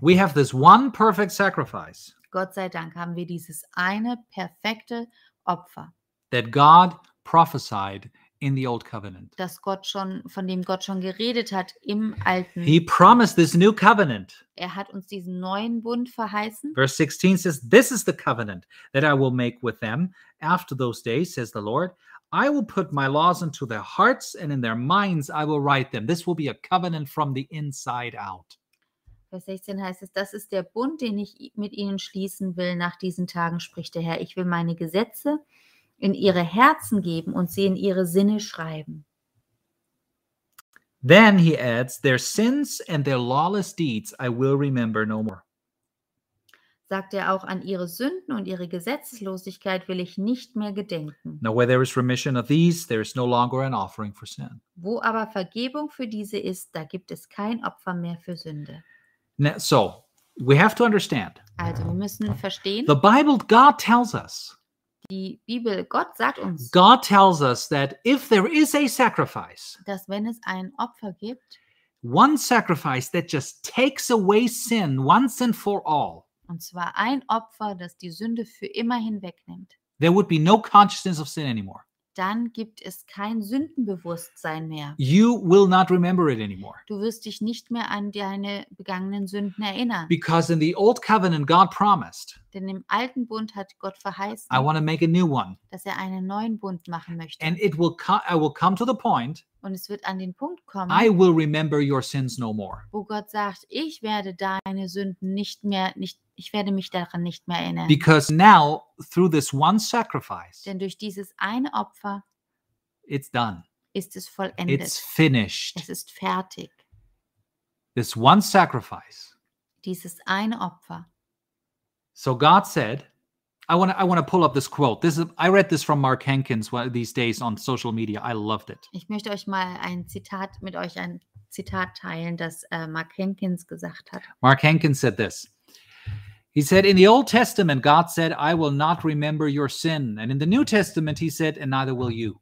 Speaker 1: we have this one perfect sacrifice
Speaker 2: Gott sei Dank haben wir dieses eine perfekte Opfer,
Speaker 1: that god prophesied in the old covenant
Speaker 2: das Gott schon, von dem Gott schon geredet hat im Alten.
Speaker 1: he promised this new covenant
Speaker 2: Er hat uns diesen neuen Bund verheißen.
Speaker 1: verse 16 says this is the covenant that i will make with them after those days says the lord i will put my laws into their hearts and in their minds i will write them this will be a covenant from the inside out
Speaker 2: Vers 16 heißt es, das ist der Bund, den ich i- mit ihnen schließen will nach diesen Tagen, spricht der Herr. Ich will meine Gesetze in ihre Herzen geben und sie in ihre Sinne schreiben.
Speaker 1: Then he adds, Their sins and their lawless deeds I will remember no more.
Speaker 2: Sagt er auch, an ihre Sünden und ihre Gesetzlosigkeit will ich nicht mehr gedenken.
Speaker 1: Now, where there is remission of these, there is no longer an offering for sin.
Speaker 2: Wo aber Vergebung für diese ist, da gibt es kein Opfer mehr für Sünde.
Speaker 1: Now, so we have to understand
Speaker 2: Also wir müssen verstehen,
Speaker 1: the Bible, God tells us,
Speaker 2: die Bibel, Gott sagt uns,
Speaker 1: God tells us that if there is a sacrifice,
Speaker 2: dass wenn es ein Opfer gibt,
Speaker 1: one sacrifice that just takes away sin once and for all,
Speaker 2: und zwar ein Opfer, das die Sünde für immer hinwegnimmt,
Speaker 1: there would be no consciousness of sin anymore.
Speaker 2: dann gibt es kein Sündenbewusstsein mehr.
Speaker 1: You will not remember it anymore.
Speaker 2: Du wirst dich nicht mehr an deine begangenen Sünden erinnern.
Speaker 1: Because in the old covenant, God promised,
Speaker 2: Denn im alten Bund hat Gott verheißen,
Speaker 1: I want to make a new one.
Speaker 2: dass er einen neuen Bund machen möchte.
Speaker 1: and it will co- I will come to the point
Speaker 2: Und es wird an den Punkt kommen,
Speaker 1: I will remember your sins no more
Speaker 2: wo Gott sagt, ich werde deine Sünden nicht mehr, nicht, ich werde mich daran nicht mehr erinnern.
Speaker 1: because now through this one sacrifice
Speaker 2: Denn durch dieses eine Opfer
Speaker 1: it's done
Speaker 2: ist es vollendet. es
Speaker 1: it's finished
Speaker 2: ist fertig.
Speaker 1: this one sacrifice
Speaker 2: Dieses eine Opfer.
Speaker 1: so God said I want to I want to pull up this quote this is I read this from Mark Hankins one of these days on social media I loved it
Speaker 2: Ich möchte euch mal ein Zitat mit euch ein Zitat teilen, das äh, Mark Henkins gesagt hat.
Speaker 1: Mark Hankins said this he said, in the Old Testament, God said, I will not remember your sin. And in the New Testament, he said, and neither will you.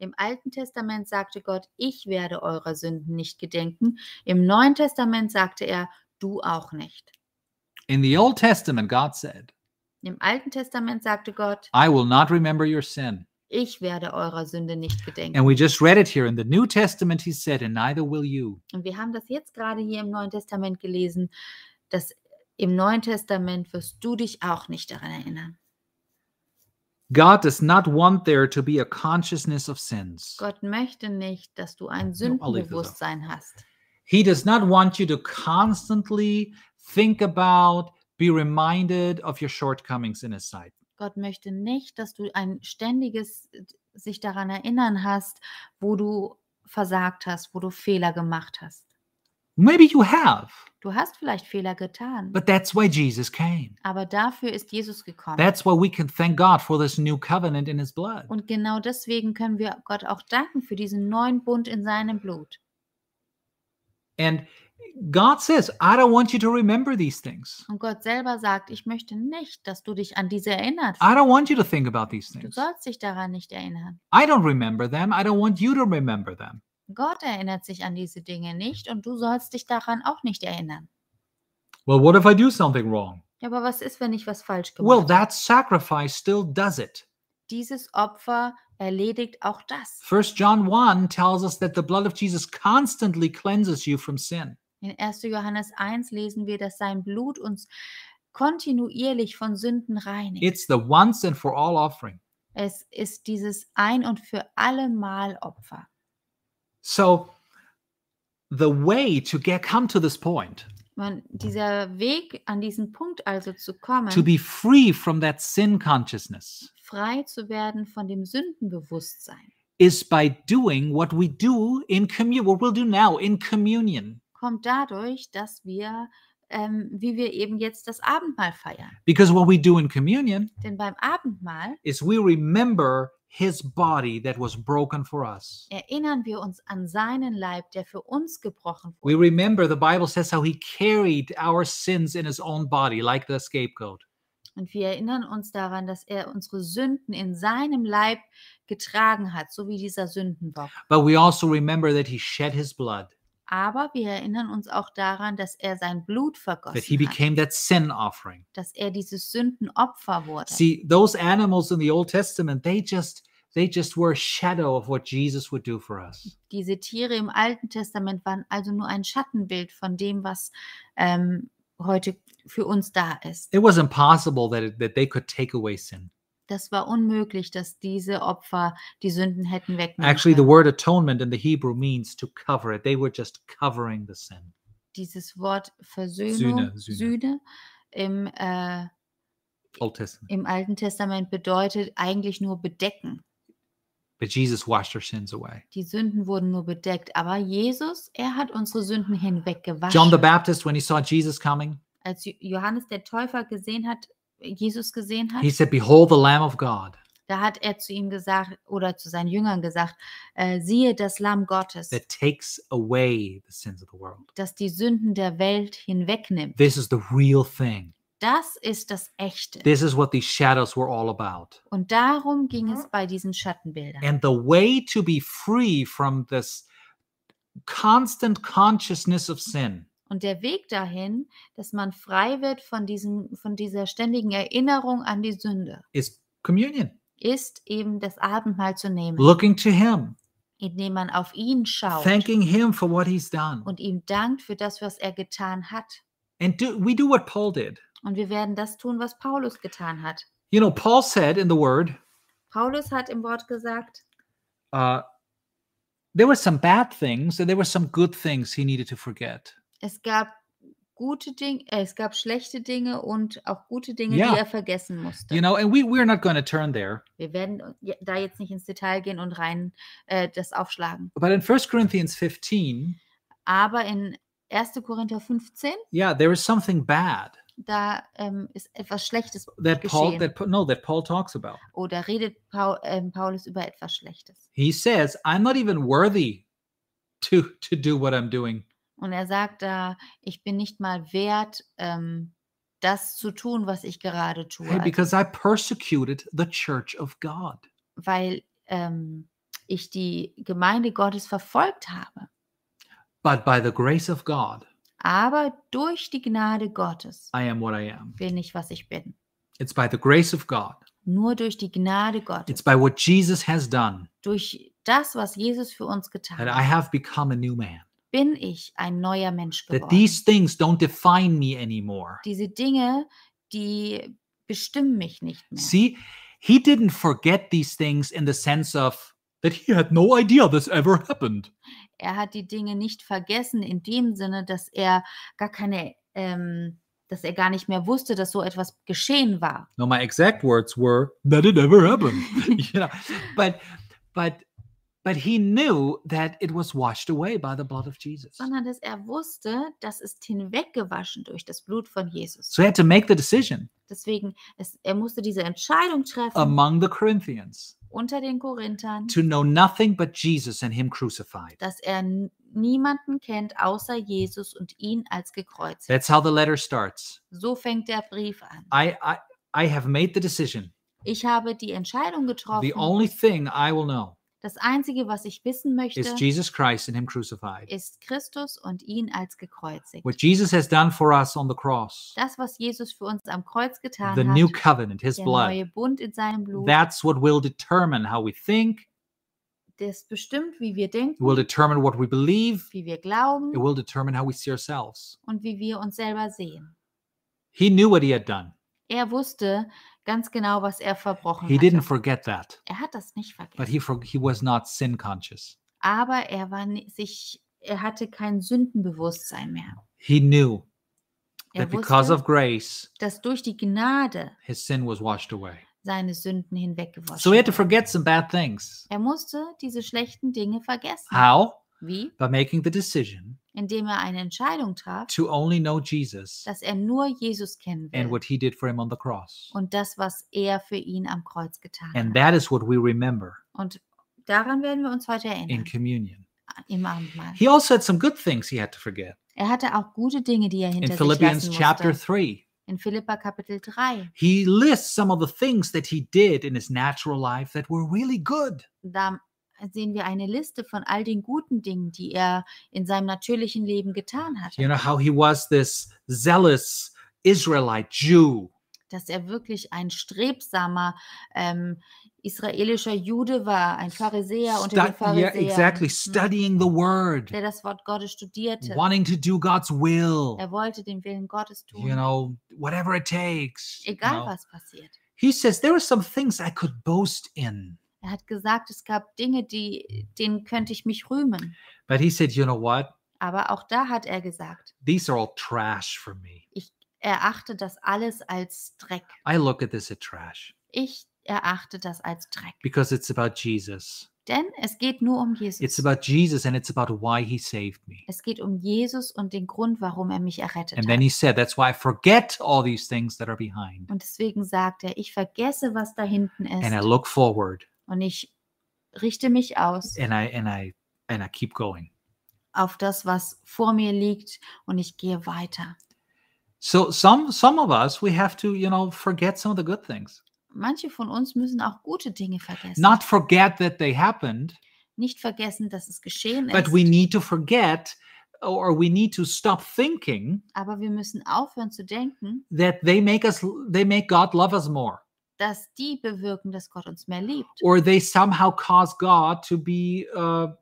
Speaker 2: Im Alten Testament sagte Gott, ich werde eurer Sünden nicht gedenken. Im Neuen Testament sagte er, du auch nicht.
Speaker 1: In the Old Testament, God said,
Speaker 2: Im Alten Testament sagte Gott,
Speaker 1: I will not remember your sin.
Speaker 2: Ich werde eurer Sünde nicht gedenken.
Speaker 1: And we just read it here in the New Testament, he said, and neither will you.
Speaker 2: Und wir haben das jetzt gerade hier im Neuen Testament gelesen, dass im Neuen Testament wirst du dich auch nicht daran erinnern.
Speaker 1: God does not want there to be a consciousness of sins.
Speaker 2: Gott möchte nicht, dass du ein
Speaker 1: Oliver sagt.
Speaker 2: Sündenbewusstsein hast.
Speaker 1: He does not want you to constantly think about, be reminded of your shortcomings in His sight.
Speaker 2: Gott möchte nicht, dass du ein ständiges äh, sich daran erinnern hast, wo du versagt hast, wo du Fehler gemacht hast.
Speaker 1: Maybe you have,
Speaker 2: Du hast vielleicht Fehler getan,
Speaker 1: but that's why Jesus came.
Speaker 2: aber dafür ist Jesus gekommen.
Speaker 1: That's why we can thank God for this new covenant in His blood.
Speaker 2: Und genau deswegen können wir Gott auch danken für diesen neuen Bund in seinem Blut.
Speaker 1: And God says, I don't want you to remember these things.
Speaker 2: Und Gott selber sagt, ich möchte nicht, dass du dich an diese erinnerst.
Speaker 1: I don't want you to think about these
Speaker 2: Du
Speaker 1: things.
Speaker 2: sollst dich daran nicht erinnern.
Speaker 1: I don't remember them. I don't want you to remember them.
Speaker 2: Gott erinnert sich an diese Dinge nicht und du sollst dich daran auch nicht erinnern.
Speaker 1: Well, what if I do something wrong?
Speaker 2: Ja, Aber was ist, wenn ich was falsch gemacht
Speaker 1: Well,
Speaker 2: habe?
Speaker 1: that sacrifice still does it.
Speaker 2: Dieses Opfer erledigt auch das.
Speaker 1: First John 1 tells us that the blood of Jesus constantly cleanses you from sin.
Speaker 2: In 1. Johannes 1 lesen wir, dass sein Blut uns kontinuierlich von Sünden reinigt.
Speaker 1: It's the once and for all offering.
Speaker 2: Es ist dieses ein und für alle Mal Opfer.
Speaker 1: So the way to get come to this point,
Speaker 2: Man, dieser Weg, an diesen Punkt also zu kommen,
Speaker 1: to be free from that sin consciousness
Speaker 2: frei zu werden von dem Sündenbewusstsein,
Speaker 1: is by doing what we do in communion, what we'll do now in communion.
Speaker 2: kommt dadurch, dass wir, ähm, wie wir eben jetzt das Abendmahl feiern.
Speaker 1: Because what we do in communion
Speaker 2: Denn beim Abendmahl
Speaker 1: is we remember his body that was broken for us.
Speaker 2: erinnern wir uns an seinen Leib, der für uns gebrochen
Speaker 1: We
Speaker 2: wurde.
Speaker 1: remember the Bible says how he carried our sins in his own body like the scapegoat.
Speaker 2: Und wir erinnern uns daran, dass er unsere Sünden in seinem Leib getragen hat, so wie dieser Sündenbock.
Speaker 1: but we also remember that he shed his blood,
Speaker 2: Aber wir erinnern uns auch daran, dass er sein Blut vergossen
Speaker 1: that he
Speaker 2: hat,
Speaker 1: became that sin offering.
Speaker 2: dass er dieses Sündenopfer wurde.
Speaker 1: See, those animals in the Old Testament, they just they just were a shadow of what Jesus would do for us.
Speaker 2: Diese Tiere im Alten Testament waren also nur ein Schattenbild von dem, was ähm, heute für uns da ist.
Speaker 1: It was impossible that it, that they could take away sin.
Speaker 2: Das war unmöglich, dass diese Opfer die Sünden hätten wegnehmen
Speaker 1: Actually, the
Speaker 2: können.
Speaker 1: word atonement in the Hebrew means to cover it. They were just covering the sin.
Speaker 2: Dieses Wort Versöhnung,
Speaker 1: Sühne,
Speaker 2: Sühne,
Speaker 1: Sühne.
Speaker 2: im, äh,
Speaker 1: Old Testament.
Speaker 2: im Alten Testament bedeutet eigentlich nur bedecken.
Speaker 1: But Jesus washed our sins away.
Speaker 2: Die Sünden wurden nur bedeckt, aber Jesus, er hat unsere Sünden
Speaker 1: John the
Speaker 2: hinweggewaschen.
Speaker 1: Baptist, when he saw Jesus coming,
Speaker 2: Als Jo- Johannes der Täufer gesehen hat, Jesus gesehen hat,
Speaker 1: he said, Behold the Lamb of God
Speaker 2: Da hat er zu ihm gesagt oder zu seinen Jüngern gesagt, äh, siehe das Lamm Gottes,
Speaker 1: that takes away the sins of the world.
Speaker 2: das die Sünden der Welt hinwegnimmt.
Speaker 1: This is the real thing.
Speaker 2: Das ist das Echte.
Speaker 1: This is what these shadows were all about.
Speaker 2: Und darum ging es bei diesen Schattenbildern.
Speaker 1: And the way to be free from this constant consciousness of sin
Speaker 2: Und der Weg dahin, dass man frei wird von, diesem, von dieser ständigen Erinnerung an die Sünde,
Speaker 1: is communion,
Speaker 2: ist eben das Abendmahl zu nehmen,
Speaker 1: looking to Him,
Speaker 2: indem man auf ihn schaut
Speaker 1: thanking Him for what He's done.
Speaker 2: und ihm dankt für das, was er getan hat.
Speaker 1: And do, we do what Paul did.
Speaker 2: Und wir werden das tun, was Paulus getan hat.
Speaker 1: You know, Paul said in the Word,
Speaker 2: Paulus hat im Wort gesagt,
Speaker 1: uh, there were some bad things and there were some good things he needed to forget.
Speaker 2: es gab gute Dinge, äh, es gab schlechte Dinge und auch gute Dinge,
Speaker 1: Ja. Genau.
Speaker 2: die er vergessen musste.
Speaker 1: You know, und we, we're not going to turn there.
Speaker 2: Wir werden u- je- da jetzt nicht ins Detail gehen und rein äh, das aufschlagen.
Speaker 1: But in 1 Corinthians 15,
Speaker 2: Aber in 1. Korinther 15,
Speaker 1: yeah, there is something bad
Speaker 2: da ähm, ist etwas Schlechtes
Speaker 1: that Paul
Speaker 2: geschehen.
Speaker 1: that Pa- no that Paul talks about.
Speaker 2: oder redet Paul, ähm, Paulus über etwas Schlechtes.
Speaker 1: He says, "I'm not even worthy to to do what I'm doing."
Speaker 2: Und er sagt da, ich bin nicht mal wert, ähm, das zu tun, was ich gerade tue,
Speaker 1: Hey,
Speaker 2: also,
Speaker 1: because I persecuted the church of God.
Speaker 2: weil ähm, ich die Gemeinde Gottes verfolgt habe.
Speaker 1: But by the grace of God,
Speaker 2: Aber durch die Gnade Gottes
Speaker 1: I am what I am.
Speaker 2: bin ich, was ich bin.
Speaker 1: It's by the grace of God
Speaker 2: Nur durch die Gnade Gottes,
Speaker 1: It's by what Jesus has done
Speaker 2: durch das, was Jesus für uns getan
Speaker 1: that I
Speaker 2: hat,
Speaker 1: have become a new man.
Speaker 2: bin ich ein neuer Mensch
Speaker 1: That
Speaker 2: geworden.
Speaker 1: these things don't define me anymore.
Speaker 2: Diese Dinge, die bestimmen mich nicht mehr.
Speaker 1: See, he didn't forget these things in the sense of that he had no idea this ever happened.
Speaker 2: er hat die Dinge nicht vergessen in dem Sinne, dass er gar keine, ähm, dass er gar nicht mehr wusste, dass so etwas geschehen war.
Speaker 1: No, my exact words were that it never happened. [LAUGHS] you know, but but but he knew that it was washed away by the blood of Jesus.
Speaker 2: Sondern dass er wusste, das ist hinweggewaschen durch das Blut von Jesus.
Speaker 1: So he had to make the decision
Speaker 2: Deswegen, es, er musste diese Entscheidung treffen
Speaker 1: among the Corinthians
Speaker 2: unter den Korinthern,
Speaker 1: to know nothing but Jesus and him crucified.
Speaker 2: dass er n- niemanden kennt außer Jesus und ihn als gekreuzigt.
Speaker 1: That's how the letter starts.
Speaker 2: So fängt der Brief an.
Speaker 1: I I, I have made the decision.
Speaker 2: Ich habe die Entscheidung
Speaker 1: The
Speaker 2: getroffen.
Speaker 1: only thing I will know
Speaker 2: Das Einzige, was ich wissen
Speaker 1: is
Speaker 2: möchte,
Speaker 1: Jesus Christ and him crucified.
Speaker 2: ist Christus und ihn als gekreuzigt.
Speaker 1: what Jesus has done for us on the cross,
Speaker 2: das, was Jesus für uns am Kreuz getan
Speaker 1: the
Speaker 2: hat,
Speaker 1: new covenant, his
Speaker 2: der
Speaker 1: blood,
Speaker 2: neue Bund in seinem Blut,
Speaker 1: that's what will determine how we think,
Speaker 2: das bestimmt, wie wir
Speaker 1: it
Speaker 2: denken,
Speaker 1: will determine what we believe,
Speaker 2: wie wir
Speaker 1: it
Speaker 2: glauben
Speaker 1: will determine how we see ourselves.
Speaker 2: und wie wir uns selber sehen.
Speaker 1: He knew what he had done.
Speaker 2: Er wusste ganz genau, was er verbrochen
Speaker 1: He didn't
Speaker 2: hat.
Speaker 1: forget that,
Speaker 2: Er hat das nicht
Speaker 1: but
Speaker 2: vergessen.
Speaker 1: he for, he was not sin conscious.
Speaker 2: Aber er war ni- sich, er hatte kein Sündenbewusstsein mehr.
Speaker 1: He knew
Speaker 2: Er
Speaker 1: that because
Speaker 2: wusste,
Speaker 1: of grace,
Speaker 2: dass durch die Gnade
Speaker 1: his sin was washed away.
Speaker 2: seine Sünden hinweggewaschen
Speaker 1: So he had to
Speaker 2: wurden.
Speaker 1: forget some bad things.
Speaker 2: Er musste diese schlechten Dinge vergessen.
Speaker 1: How?
Speaker 2: Wie?
Speaker 1: By making the decision
Speaker 2: Indem er eine Entscheidung traf,
Speaker 1: to only know Jesus
Speaker 2: dass er nur Jesus kennen will.
Speaker 1: and what he did for him on the cross.
Speaker 2: und das, was er für ihn am Kreuz getan
Speaker 1: And
Speaker 2: hat.
Speaker 1: that is what we remember
Speaker 2: Und daran werden wir uns heute
Speaker 1: in
Speaker 2: erinnern,
Speaker 1: communion.
Speaker 2: im Abendmahl.
Speaker 1: He also had some good things he had to forget.
Speaker 2: Er hatte auch gute Dinge, die er
Speaker 1: In
Speaker 2: hinter sich
Speaker 1: Philippians
Speaker 2: lassen
Speaker 1: chapter
Speaker 2: musste.
Speaker 1: 3,
Speaker 2: In Philippa Kapitel 3.
Speaker 1: he lists some of the things that he did in his natural life that were really good.
Speaker 2: Da sehen wir eine Liste von all den guten Dingen, die er in seinem natürlichen Leben getan
Speaker 1: You
Speaker 2: hatte.
Speaker 1: know, how he was this zealous Israelite Jew,
Speaker 2: Dass er wirklich ein strebsamer ähm, israelischer Jude war, ein Pharisäer unter den
Speaker 1: stu- yeah,
Speaker 2: Pharisäern,
Speaker 1: exactly,
Speaker 2: hm,
Speaker 1: studying the word,
Speaker 2: der das Wort Gottes studierte.
Speaker 1: wanting mm. to do God's will,
Speaker 2: Er wollte den Willen Gottes tun,
Speaker 1: you know, whatever it takes. you
Speaker 2: egal
Speaker 1: know.
Speaker 2: was passiert.
Speaker 1: He says, There are some things I could boast in.
Speaker 2: Er hat gesagt, es gab Dinge, die, denen könnte ich mich rühmen.
Speaker 1: But he said, You know what?
Speaker 2: Aber auch da hat er gesagt,
Speaker 1: These are all trash for me.
Speaker 2: erachte das alles als Dreck.
Speaker 1: I look at this as trash.
Speaker 2: Ich erachte das als Dreck.
Speaker 1: because it's about Jesus.
Speaker 2: Denn es geht nur um
Speaker 1: It's
Speaker 2: Jesus.
Speaker 1: about Jesus and it's about why he saved me.
Speaker 2: Es geht um Jesus und den Grund, warum er mich errettet
Speaker 1: And then
Speaker 2: hat.
Speaker 1: he said, That's why I forget all these things that are behind.
Speaker 2: Und deswegen sagt er, ich vergesse, was da hinten
Speaker 1: And I
Speaker 2: ist
Speaker 1: look forward
Speaker 2: und ich richte mich aus
Speaker 1: and I and I and I keep going.
Speaker 2: auf das, was vor mir liegt und ich gehe weiter.
Speaker 1: So some some of us we have to, you know, forget some of the good things.
Speaker 2: Manche von uns müssen auch gute Dinge vergessen.
Speaker 1: Not forget that they happened,
Speaker 2: Nicht vergessen, dass es geschehen
Speaker 1: but
Speaker 2: ist.
Speaker 1: we need to forget or we need to stop thinking
Speaker 2: Aber wir müssen aufhören zu denken,
Speaker 1: that they make us they make God love us more
Speaker 2: dass die bewirken, dass Gott uns mehr liebt.
Speaker 1: or they somehow cause God to be uh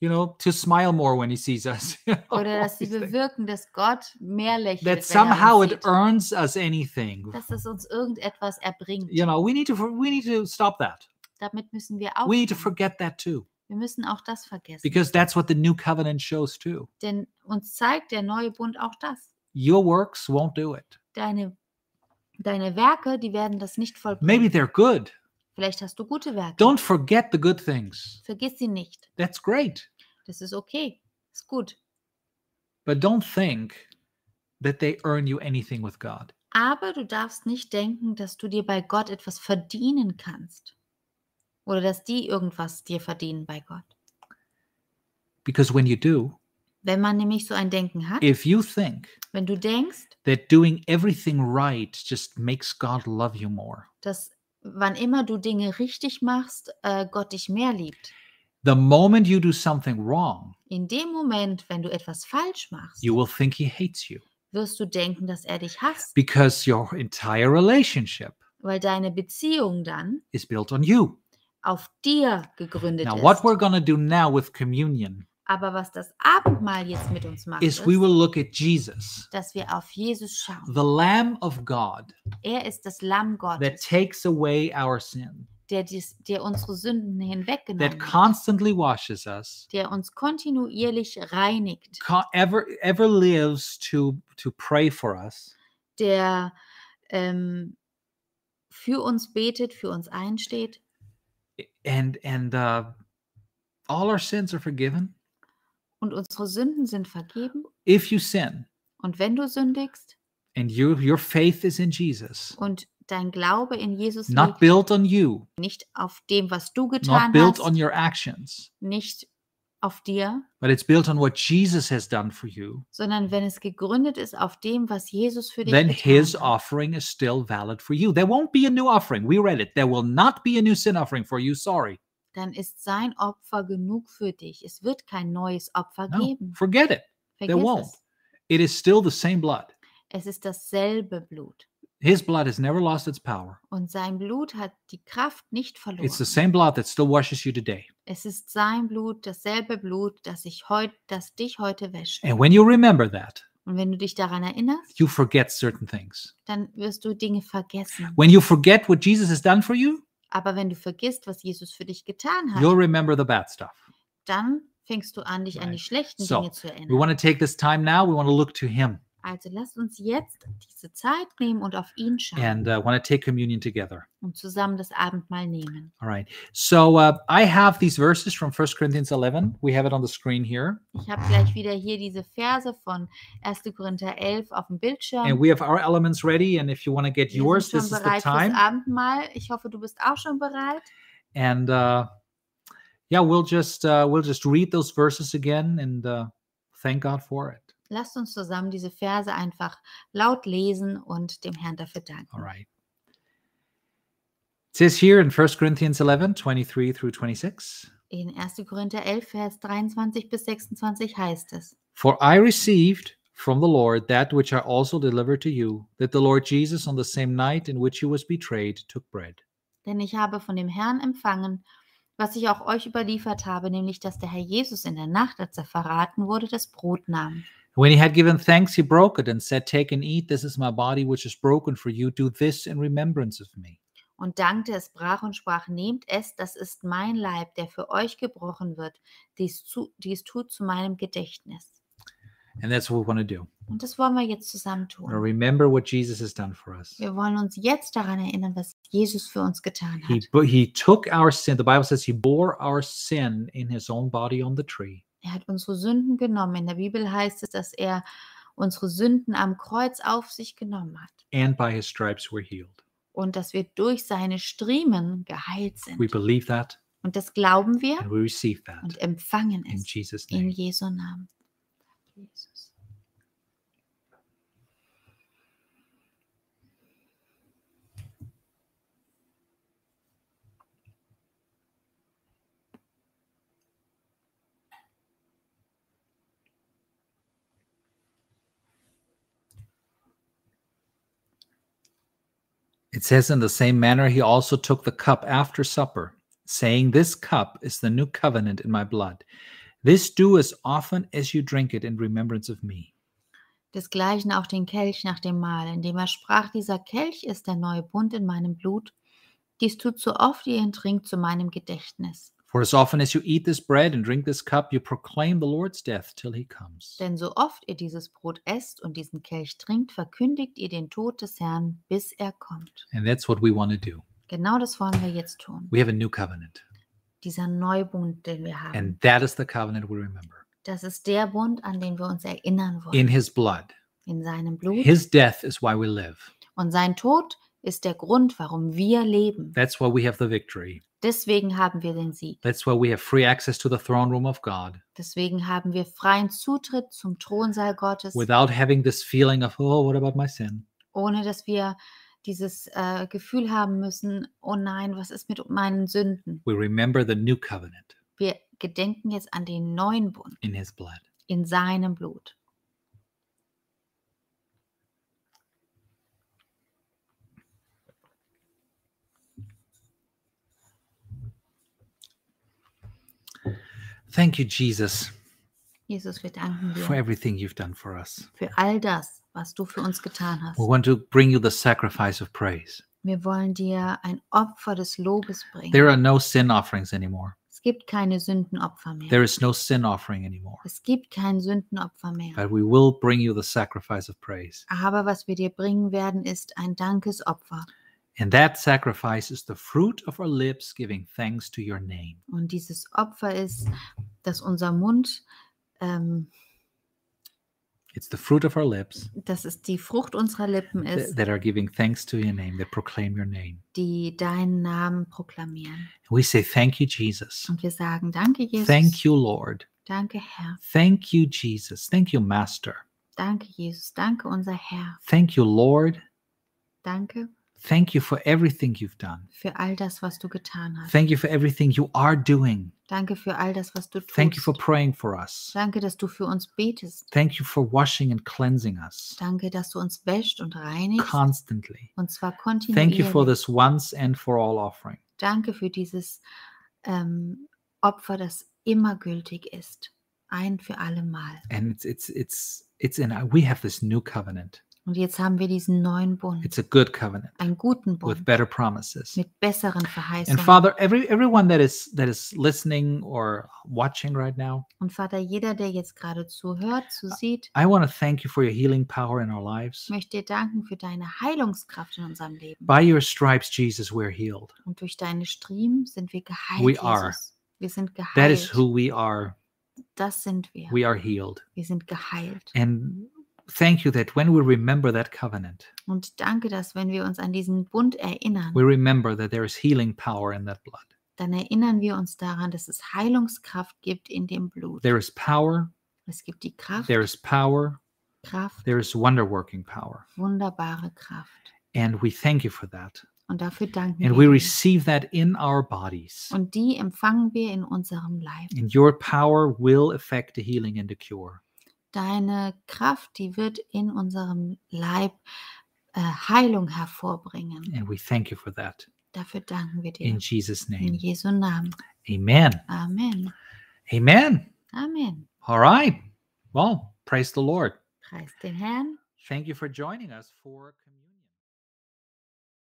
Speaker 1: you know, to smile more when he sees us. [LAUGHS] you know,
Speaker 2: Oder
Speaker 1: all
Speaker 2: dass sie
Speaker 1: these things.
Speaker 2: bewirken, dass Gott mehr lächelt.
Speaker 1: oh, that
Speaker 2: wenn er
Speaker 1: somehow
Speaker 2: uns
Speaker 1: it
Speaker 2: sieht.
Speaker 1: earns us anything.
Speaker 2: dass es uns irgendetwas erbringt.
Speaker 1: You know, we need to we need to stop that.
Speaker 2: Damit müssen wir
Speaker 1: We need to
Speaker 2: aufhören.
Speaker 1: forget that too
Speaker 2: Wir müssen auch das vergessen.
Speaker 1: because that's what the new covenant shows too.
Speaker 2: Denn uns zeigt der neue Bund auch das.
Speaker 1: Your works won't do it.
Speaker 2: Deine, deine Werke, die werden das nicht
Speaker 1: Maybe
Speaker 2: vollbringen.
Speaker 1: they're good.
Speaker 2: Vielleicht hast du gute Werke.
Speaker 1: Don't forget the good things.
Speaker 2: Vergiss sie nicht.
Speaker 1: That's great.
Speaker 2: Das ist okay. Ist gut.
Speaker 1: But don't think that they earn you anything with God.
Speaker 2: Aber du darfst nicht denken, dass du dir bei Gott etwas verdienen kannst. Oder dass die irgendwas dir verdienen bei Gott.
Speaker 1: Because when you do,
Speaker 2: Wenn man nämlich so ein Denken hat,
Speaker 1: if you think
Speaker 2: wenn du denkst,
Speaker 1: that doing everything right just makes God love you more,
Speaker 2: dass wann immer du Dinge richtig machst, äh, Gott dich mehr liebt.
Speaker 1: the moment you do something wrong,
Speaker 2: In dem Moment, wenn du etwas falsch machst,
Speaker 1: you will think he hates you.
Speaker 2: wirst du denken, dass er dich hasst,
Speaker 1: because your entire relationship
Speaker 2: weil deine Beziehung dann
Speaker 1: is built on you.
Speaker 2: auf dir gegründet
Speaker 1: Now,
Speaker 2: ist.
Speaker 1: what we're going to do now with communion
Speaker 2: Aber was das Abendmahl jetzt mit uns macht,
Speaker 1: is
Speaker 2: ist,
Speaker 1: we will look at Jesus,
Speaker 2: dass wir auf Jesus schauen.
Speaker 1: the Lamb of God
Speaker 2: Er ist das Lamm
Speaker 1: that
Speaker 2: Gottes,
Speaker 1: takes away our sin,
Speaker 2: der, dies, der unsere Sünden
Speaker 1: that
Speaker 2: hinweggenommen hat,
Speaker 1: constantly washes us,
Speaker 2: der uns kontinuierlich reinigt,
Speaker 1: co- ever ever lives to to pray for us,
Speaker 2: der ähm, für uns betet, für uns einsteht
Speaker 1: and and uh, all our sins are forgiven.
Speaker 2: und unsere Sünden sind vergeben.
Speaker 1: If you sin
Speaker 2: Und wenn du sündigst
Speaker 1: and you your faith is in Jesus,
Speaker 2: und dein Glaube in Jesus
Speaker 1: not
Speaker 2: liegt
Speaker 1: built on you,
Speaker 2: nicht auf dem, was du
Speaker 1: not
Speaker 2: getan
Speaker 1: built on
Speaker 2: hast,
Speaker 1: your actions,
Speaker 2: nicht auf dir,
Speaker 1: but it's built on what Jesus has done for you,
Speaker 2: sondern wenn es gegründet ist auf dem, was Jesus für dich
Speaker 1: then his
Speaker 2: getan hat,
Speaker 1: offering is still valid for you. There won't be a new offering. We read it. There will not be a new sin offering for you. Sorry.
Speaker 2: dann ist sein Opfer genug für dich. Es wird kein neues Opfer
Speaker 1: No,
Speaker 2: geben.
Speaker 1: forget it. There won't.
Speaker 2: Vergiss es.
Speaker 1: It is still the same blood.
Speaker 2: Es ist dasselbe Blut.
Speaker 1: His blood has never lost its power.
Speaker 2: Und sein Blut hat die Kraft nicht verloren.
Speaker 1: It's the same blood that still washes you today.
Speaker 2: Es ist sein Blut, dasselbe Blut, das, ich heut, das dich heute wäscht.
Speaker 1: And when you remember that,
Speaker 2: Und wenn du dich daran erinnerst,
Speaker 1: you forget certain things.
Speaker 2: dann wirst du Dinge vergessen.
Speaker 1: When you forget what Jesus has done for you,
Speaker 2: Aber wenn du vergisst, was Jesus für dich getan hat,
Speaker 1: you'll remember the bad stuff.
Speaker 2: dann fängst du an, dich an die
Speaker 1: Right.
Speaker 2: schlechten
Speaker 1: So,
Speaker 2: Dinge zu
Speaker 1: We
Speaker 2: erinnern.
Speaker 1: want to take this time now. We want to look to him
Speaker 2: Also lasst uns jetzt diese Zeit nehmen und auf ihn schauen
Speaker 1: and uh, want to take communion together.
Speaker 2: und zusammen das Abendmahl nehmen.
Speaker 1: All right. So uh, I have these verses from 1 Corinthians 11. We have it on the screen here.
Speaker 2: Ich habe gleich wieder hier diese Verse von 1. Korinther 11 auf dem
Speaker 1: And
Speaker 2: Bildschirm.
Speaker 1: we have our elements ready. And if you want to get
Speaker 2: Wir
Speaker 1: yours,
Speaker 2: sind
Speaker 1: this
Speaker 2: schon
Speaker 1: is the
Speaker 2: bereit fürs
Speaker 1: time.
Speaker 2: Abendmahl. Ich hoffe, du bist auch schon bereit.
Speaker 1: And uh, yeah, we'll just uh, we'll just read those verses again and uh, thank God for it.
Speaker 2: Lasst uns zusammen diese Verse einfach laut lesen und dem Herrn dafür danken.
Speaker 1: All right. It says here in 1 Corinthians 11, 23 through 26.
Speaker 2: In 1. Korinther 11, Vers 23 bis 26 heißt es,
Speaker 1: For I received from the Lord that which I also delivered to you, that the Lord Jesus, on the same night in which he was betrayed, took bread.
Speaker 2: denn ich habe von dem Herrn empfangen, was ich auch euch überliefert habe, nämlich dass der Herr Jesus in der Nacht, als er verraten wurde, das Brot nahm.
Speaker 1: When he had given thanks, he broke it and said, Take and eat. This is my body, which is broken for you. Do this in remembrance of me.
Speaker 2: und dankte es, brach und sprach, nehmt es, das ist mein Leib, der für euch gebrochen wird. Dies, zu, dies tut zu meinem Gedächtnis.
Speaker 1: And that's what we want to do.
Speaker 2: Und das wollen wir jetzt zusammen
Speaker 1: We wanna
Speaker 2: tun.
Speaker 1: remember what Jesus has done for us.
Speaker 2: Wir wollen uns jetzt daran erinnern, was Jesus für uns getan
Speaker 1: He,
Speaker 2: hat.
Speaker 1: bo- he took our sin. The Bible says he bore our sin in his own body on the tree.
Speaker 2: Er hat unsere Sünden genommen. In der Bibel heißt es, dass er unsere Sünden am Kreuz auf sich genommen hat
Speaker 1: and by his stripes we're healed.
Speaker 2: und dass wir durch seine Striemen geheilt
Speaker 1: We
Speaker 2: sind.
Speaker 1: believe that
Speaker 2: Und das glauben
Speaker 1: and
Speaker 2: wir
Speaker 1: we receive that
Speaker 2: und empfangen
Speaker 1: in
Speaker 2: es
Speaker 1: Jesus'
Speaker 2: in
Speaker 1: name.
Speaker 2: Jesu Namen. Jesus.
Speaker 1: It says, In the same manner, he also took the cup after supper, saying, This cup is the new covenant in my blood. This do as often as you drink it in remembrance of me.
Speaker 2: Desgleichen auch den Kelch nach dem Mahl, indem er sprach, dieser Kelch ist der neue Bund in meinem Blut. Dies tut so oft ihr ihn trinkt zu meinem Gedächtnis.
Speaker 1: For as often as you eat this bread and drink this cup, you proclaim the Lord's death till he comes.
Speaker 2: Denn so oft ihr dieses Brot esst und diesen Kelch trinkt, verkündigt ihr den Tod des Herrn, bis er kommt.
Speaker 1: And that's what we want to do.
Speaker 2: Genau das wollen wir jetzt tun.
Speaker 1: We have a new covenant,
Speaker 2: Dieser Neubund, den wir haben,
Speaker 1: and that is the covenant we remember
Speaker 2: das ist der Bund, an den wir uns erinnern
Speaker 1: in
Speaker 2: wollen.
Speaker 1: his blood.
Speaker 2: In seinem Blut.
Speaker 1: His death is why we live.
Speaker 2: Und sein Tod ist der Grund, warum wir leben.
Speaker 1: That's why we have the victory.
Speaker 2: Deswegen haben wir den Sieg.
Speaker 1: That's why we have free access to the throne room of God
Speaker 2: Deswegen haben wir freien Zutritt zum Thronsaal Gottes.
Speaker 1: without having this feeling of, oh, what about my sin?
Speaker 2: ohne dass wir dieses äh, Gefühl haben müssen, oh nein, was ist mit meinen Sünden?
Speaker 1: We remember the new covenant
Speaker 2: Wir gedenken jetzt an den neuen Bund
Speaker 1: in his blood.
Speaker 2: in seinem Blut.
Speaker 1: Thank you, Jesus,
Speaker 2: Jesus, wir danken
Speaker 1: for
Speaker 2: dir
Speaker 1: everything you've done for us.
Speaker 2: für all das, was du für uns getan hast.
Speaker 1: We want to bring you the sacrifice of praise.
Speaker 2: Wir wollen dir ein Opfer des Lobes bringen.
Speaker 1: There are no sin offerings anymore.
Speaker 2: Es gibt keine Sündenopfer mehr.
Speaker 1: There is no sin offering anymore.
Speaker 2: Es gibt kein Sündenopfer mehr.
Speaker 1: But we will bring you the sacrifice of praise.
Speaker 2: Aber was wir dir bringen werden, ist ein Dankesopfer.
Speaker 1: And that sacrifice is the fruit of our lips giving thanks to your name.
Speaker 2: Und dieses Opfer ist, dass unser Mund, ähm,
Speaker 1: It's the fruit of our lips
Speaker 2: dass es die Frucht unserer Lippen
Speaker 1: th-
Speaker 2: ist,
Speaker 1: that are giving thanks to your name, that proclaim your name.
Speaker 2: die deinen Namen proklamieren.
Speaker 1: We say, Thank you, Jesus.
Speaker 2: Und wir sagen, danke Jesus,
Speaker 1: Thank you, Lord.
Speaker 2: danke Herr,
Speaker 1: Thank you, Jesus. Thank you, Master.
Speaker 2: danke Jesus, danke unser Herr,
Speaker 1: Thank you, Lord.
Speaker 2: danke
Speaker 1: Thank you for everything you've done.
Speaker 2: für all das, was du getan hast.
Speaker 1: Thank you for everything you are doing.
Speaker 2: Danke für all das, was du
Speaker 1: Thank you for
Speaker 2: tust.
Speaker 1: praying for us.
Speaker 2: Danke, dass du für uns betest.
Speaker 1: Thank you for washing and cleansing us
Speaker 2: Danke, dass du uns wäscht und reinigst
Speaker 1: constantly.
Speaker 2: und zwar
Speaker 1: Thank you
Speaker 2: kontinuierlich.
Speaker 1: for this once and for all offering.
Speaker 2: Danke für dieses ähm, Opfer, das immer gültig ist, ein für alle Mal.
Speaker 1: And it's it's it's it's in uh, we have this new covenant.
Speaker 2: Und jetzt haben wir diesen neuen Bund,
Speaker 1: It's a good covenant
Speaker 2: einen guten
Speaker 1: with
Speaker 2: Bund
Speaker 1: better promises.
Speaker 2: mit besseren
Speaker 1: And
Speaker 2: Verheißungen.
Speaker 1: Father, every everyone that is that is listening or watching right now,
Speaker 2: Und Vater, jeder, der jetzt gerade zuhört, zusieht,
Speaker 1: I want to thank you for your healing power in our lives.
Speaker 2: möchte dir danken für deine Heilungskraft in unserem Leben.
Speaker 1: By your stripes, Jesus, we're healed.
Speaker 2: Und durch deine Striemen sind wir geheilt,
Speaker 1: We are.
Speaker 2: Jesus. Wir sind
Speaker 1: That is
Speaker 2: geheilt.
Speaker 1: who we are.
Speaker 2: Das sind wir.
Speaker 1: We are healed.
Speaker 2: Wir sind geheilt.
Speaker 1: And thank you that when we remember that covenant,
Speaker 2: Und danke, dass wenn wir uns an diesen Bund erinnern,
Speaker 1: we remember that there is healing power in that blood.
Speaker 2: dann erinnern wir uns daran, dass es Heilungskraft gibt in dem Blut.
Speaker 1: There is power,
Speaker 2: Es gibt die Kraft,
Speaker 1: there is power,
Speaker 2: Kraft,
Speaker 1: there is wonder working power.
Speaker 2: wunderbare Kraft.
Speaker 1: And we thank you for that.
Speaker 2: Und dafür danken
Speaker 1: And we
Speaker 2: wir. dir.
Speaker 1: receive that in our bodies.
Speaker 2: Und die empfangen wir in unserem Leib.
Speaker 1: And your power will affect the healing and the cure.
Speaker 2: Deine Kraft, die wird in unserem Leib äh, Heilung hervorbringen.
Speaker 1: And we thank you for that.
Speaker 2: Dafür danken wir dir.
Speaker 1: In Jesus'
Speaker 2: In
Speaker 1: name.
Speaker 2: Jesu Namen.
Speaker 1: Amen.
Speaker 2: Amen.
Speaker 1: Amen.
Speaker 2: Amen.
Speaker 1: All right. Well, praise the Lord.
Speaker 2: Preis den Herrn.
Speaker 1: Thank you for joining us for communion.